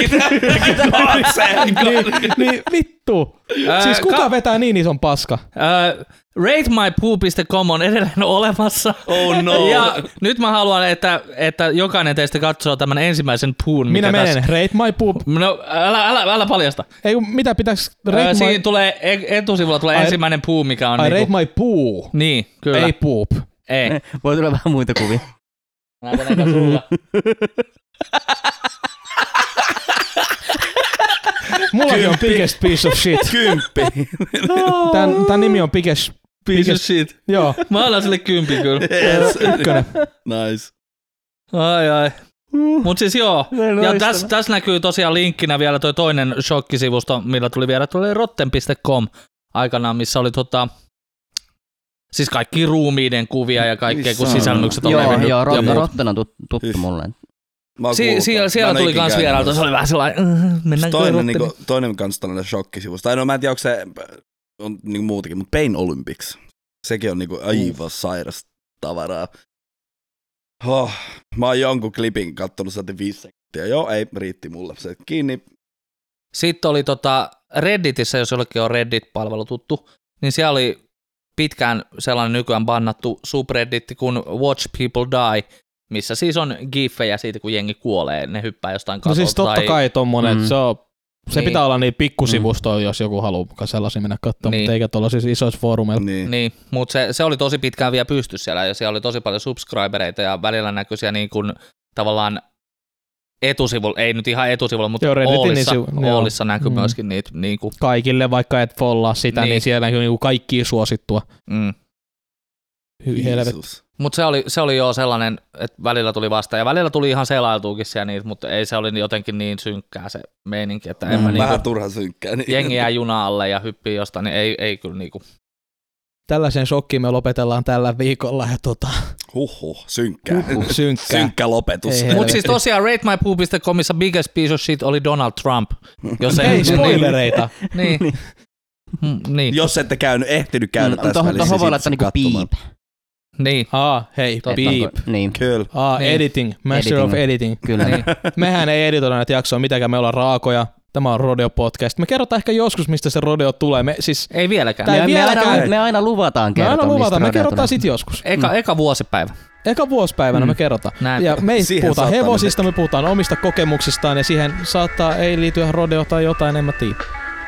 Speaker 2: niin, *laughs* niin vittu. Siis
Speaker 1: Ää,
Speaker 2: kuka
Speaker 1: ka-
Speaker 2: vetää niin ison paska?
Speaker 1: Öö, ratemypoo.com on edelleen olemassa.
Speaker 4: Oh no.
Speaker 1: *laughs* Ja nyt mä haluan, että, että jokainen teistä katsoo tämän ensimmäisen puun, mikä
Speaker 2: Minä menen.
Speaker 1: Tässä...
Speaker 2: Rate my poop.
Speaker 1: No älä, älä, älä paljasta.
Speaker 2: Ei, kun mitä pitäis... Rate
Speaker 1: Öö,
Speaker 2: my...
Speaker 1: siinä tulee, e- etusivulla tulee
Speaker 2: Ai-
Speaker 1: ensimmäinen puu, mikä on
Speaker 2: I
Speaker 1: niinku...
Speaker 2: rate my poo.
Speaker 1: Niin, kyllä.
Speaker 2: Ei poop.
Speaker 1: Ei.
Speaker 3: Voi tulla vähän muita kuvia.
Speaker 1: Näytän sulla.
Speaker 2: Mullakin on
Speaker 4: Kymppi.
Speaker 2: biggest piece of shit.
Speaker 1: *laughs*
Speaker 4: Kymppi.
Speaker 2: Tän, tän nimi on biggest...
Speaker 1: Piece of
Speaker 2: biggest-
Speaker 1: shit. *laughs*
Speaker 2: Joo.
Speaker 1: Mä annan sille kympi
Speaker 2: *laughs*
Speaker 1: kyllä.
Speaker 4: Yes.
Speaker 2: Ykkönen.
Speaker 4: Nice.
Speaker 1: Ai ai. Mut siis joo. Ja tässä täs näkyy tosiaan linkkinä vielä toi toinen shokkisivusto, millä tuli vielä, tuli rotten.com aikanaan, missä oli tota, siis kaikki ruumiiden kuvia ja kaikkea, kun
Speaker 4: Missä on?
Speaker 1: sisälmykset on
Speaker 3: Joo,
Speaker 1: levinnyt.
Speaker 3: joo,
Speaker 1: Ja-
Speaker 3: Rotten, Rotten on tut- tuttu
Speaker 4: Hyh.
Speaker 3: mulle.
Speaker 4: Mä oon
Speaker 1: Si-
Speaker 4: kuullut
Speaker 1: siellä
Speaker 4: ton.
Speaker 1: siellä
Speaker 4: Mä en
Speaker 1: tuli
Speaker 4: ikinä
Speaker 1: kans
Speaker 4: käynyt
Speaker 1: vierailta, se oli vähän sellainen, "Äh,
Speaker 4: Siis
Speaker 1: mennäänkö
Speaker 4: toinen,
Speaker 1: Rotteniin?
Speaker 4: niinku, toinen kans tällainen shokkisivusto. Tai no mä en tiedä, onko se on niinku muutakin, mutta Pain Olympics. Sekin on niinku aivan sairas tavaraa. Oh, mä oon jonkun klipin kattonut sieltä viisi sekuntia. Joo, ei, riitti mulle se kiinni.
Speaker 1: Sitten oli tota Redditissä, jos jollekin on Reddit-palvelu tuttu, niin siellä oli pitkään sellainen nykyään bannattu subredditti kuin Watch People Die, missä siis on giffejä siitä, kun jengi kuolee, ne hyppää jostain
Speaker 2: No
Speaker 1: katolta.
Speaker 2: siis totta
Speaker 1: tai...
Speaker 2: kai tommonen,
Speaker 3: Mm.
Speaker 2: se on... Se
Speaker 1: Niin. Mm.
Speaker 2: pitää olla niin pikkusivustoa, jos joku haluaa mukaan sellaisia mennä katsomaan,
Speaker 1: Niin.
Speaker 2: mutta eikä tuolla siis isoissa foorumeilla.
Speaker 4: Niin.
Speaker 1: Niin, mutta se, se oli tosi pitkään vielä pysty siellä ja siellä oli tosi paljon subscribereita ja välillä näköisiä niin kuin tavallaan etusivulla, ei nyt ihan etusivulla, mutta
Speaker 2: Joo,
Speaker 1: joo,
Speaker 2: Redditin
Speaker 1: Oolissa,
Speaker 2: sivu- joo.
Speaker 1: Oolissa näkyy
Speaker 2: Mm.
Speaker 1: mm. myöskin niitä. Niin kuin,
Speaker 2: Kaikille, vaikka et follaa sitä, niin,
Speaker 1: Niin.
Speaker 2: niin siellä on niinku kaikki suosittua.
Speaker 1: mm. Niin.
Speaker 2: Hyi helvetti.
Speaker 4: Jeesus.
Speaker 1: Mutta se oli, se oli jo sellainen, että välillä tuli vasta ja välillä tuli ihan selailtuukin siellä niitä, mutta ei se oli jotenkin niin synkkää se meininki, että en
Speaker 3: Mm.
Speaker 1: mä niinku,
Speaker 4: Vähän turhan synkkää. Niin.
Speaker 1: jengi jää juna alle ja hyppii jostain, niin ei, ei kyllä niinku.
Speaker 2: Tällaisen shokkiin me lopetellaan tällä viikolla ja tota,
Speaker 4: Huhhuh, synkkää.
Speaker 2: synkkää.
Speaker 4: Synkkä lopetus.
Speaker 2: Ei
Speaker 1: Mutta
Speaker 2: helvetti.
Speaker 1: siis tosiaan ratemypoo.comissa biggest piece of shit oli Donald
Speaker 2: *laughs*
Speaker 1: Trump. Jos
Speaker 2: Ei
Speaker 1: niin,
Speaker 2: spoilereita.
Speaker 1: niin, Mm, niin,
Speaker 4: *laughs* Jos ette käynyt, ehtinyt käydä tässä
Speaker 3: Mm, Tuohon
Speaker 4: välissä.
Speaker 3: tuohon voi laittaa
Speaker 4: sitten
Speaker 3: niinku
Speaker 4: katsomaan.
Speaker 3: piip.
Speaker 1: niin.
Speaker 2: Aa, hei,
Speaker 1: Totta.
Speaker 2: beep.
Speaker 3: Niin,
Speaker 4: Kyllä.
Speaker 2: Aa,
Speaker 1: Niin.
Speaker 2: editing, master
Speaker 3: Editing.
Speaker 2: of editing.
Speaker 3: kyllä.
Speaker 2: *laughs*
Speaker 1: Niin.
Speaker 2: Mehän ei editoida näitä jaksoja mitenkään, me ollaan raakoja. Tämä on Rodeo Podcast. Me kerrotaan ehkä joskus, mistä se Rodeo tulee. Me, siis,
Speaker 1: Ei vieläkään.
Speaker 2: Tää ei
Speaker 3: Me, me, aina,
Speaker 2: vieläkään-
Speaker 3: me aina luvataan
Speaker 2: me
Speaker 3: kertoa,
Speaker 2: aina luvataan, me kerrotaan
Speaker 3: mistä kerrotaan
Speaker 2: sitten joskus.
Speaker 1: Eka, eka vuosipäivä.
Speaker 2: Eka vuosipäivänä me kerrotaan.
Speaker 1: Näin.
Speaker 2: Ja me ei
Speaker 4: Siihen
Speaker 2: puhuta
Speaker 4: saattaa
Speaker 2: hevosista, me puhutaan omista kokemuksistaan ja siihen saattaa ei liittyä rodeo tai jotain, en mä tiedä.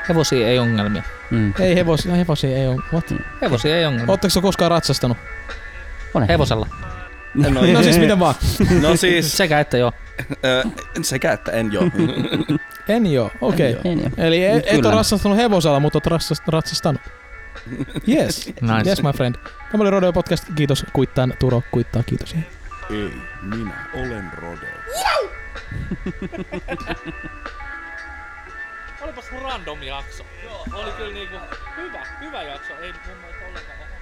Speaker 1: Hevosia ei ongelmia.
Speaker 3: Mm.
Speaker 2: Ei hevosia, hevosia ei ole. What?
Speaker 1: Hevosia ei ongelmia.
Speaker 2: Ootteko sä koskaan ratsastanut?
Speaker 3: Ole hyvä.
Speaker 1: Hevosella.
Speaker 4: No,
Speaker 2: No siis miten vaan.
Speaker 4: no siis
Speaker 1: Sekä että joo.
Speaker 4: ö, sekä että en joo.
Speaker 2: En joo, okei.
Speaker 4: En joo.
Speaker 3: Ei niin.
Speaker 2: Eli e-
Speaker 3: Mut
Speaker 2: et, et
Speaker 3: kyllä.
Speaker 2: ole ratsastanut hevosella, mutta oot ratsast- ratsastanut. Yes.
Speaker 1: Nice.
Speaker 2: Yes my friend. Tämä oli Rodeo Podcast. Kiitos kuittaan, Turo kuittaa. Kiitos. Hei.
Speaker 4: Ei, minä olen Rodeo.
Speaker 1: Olipas random jakso. Joo. Oli kyllä niinku hyvä, hyvä jakso. Ei mun mielestä ollenkaan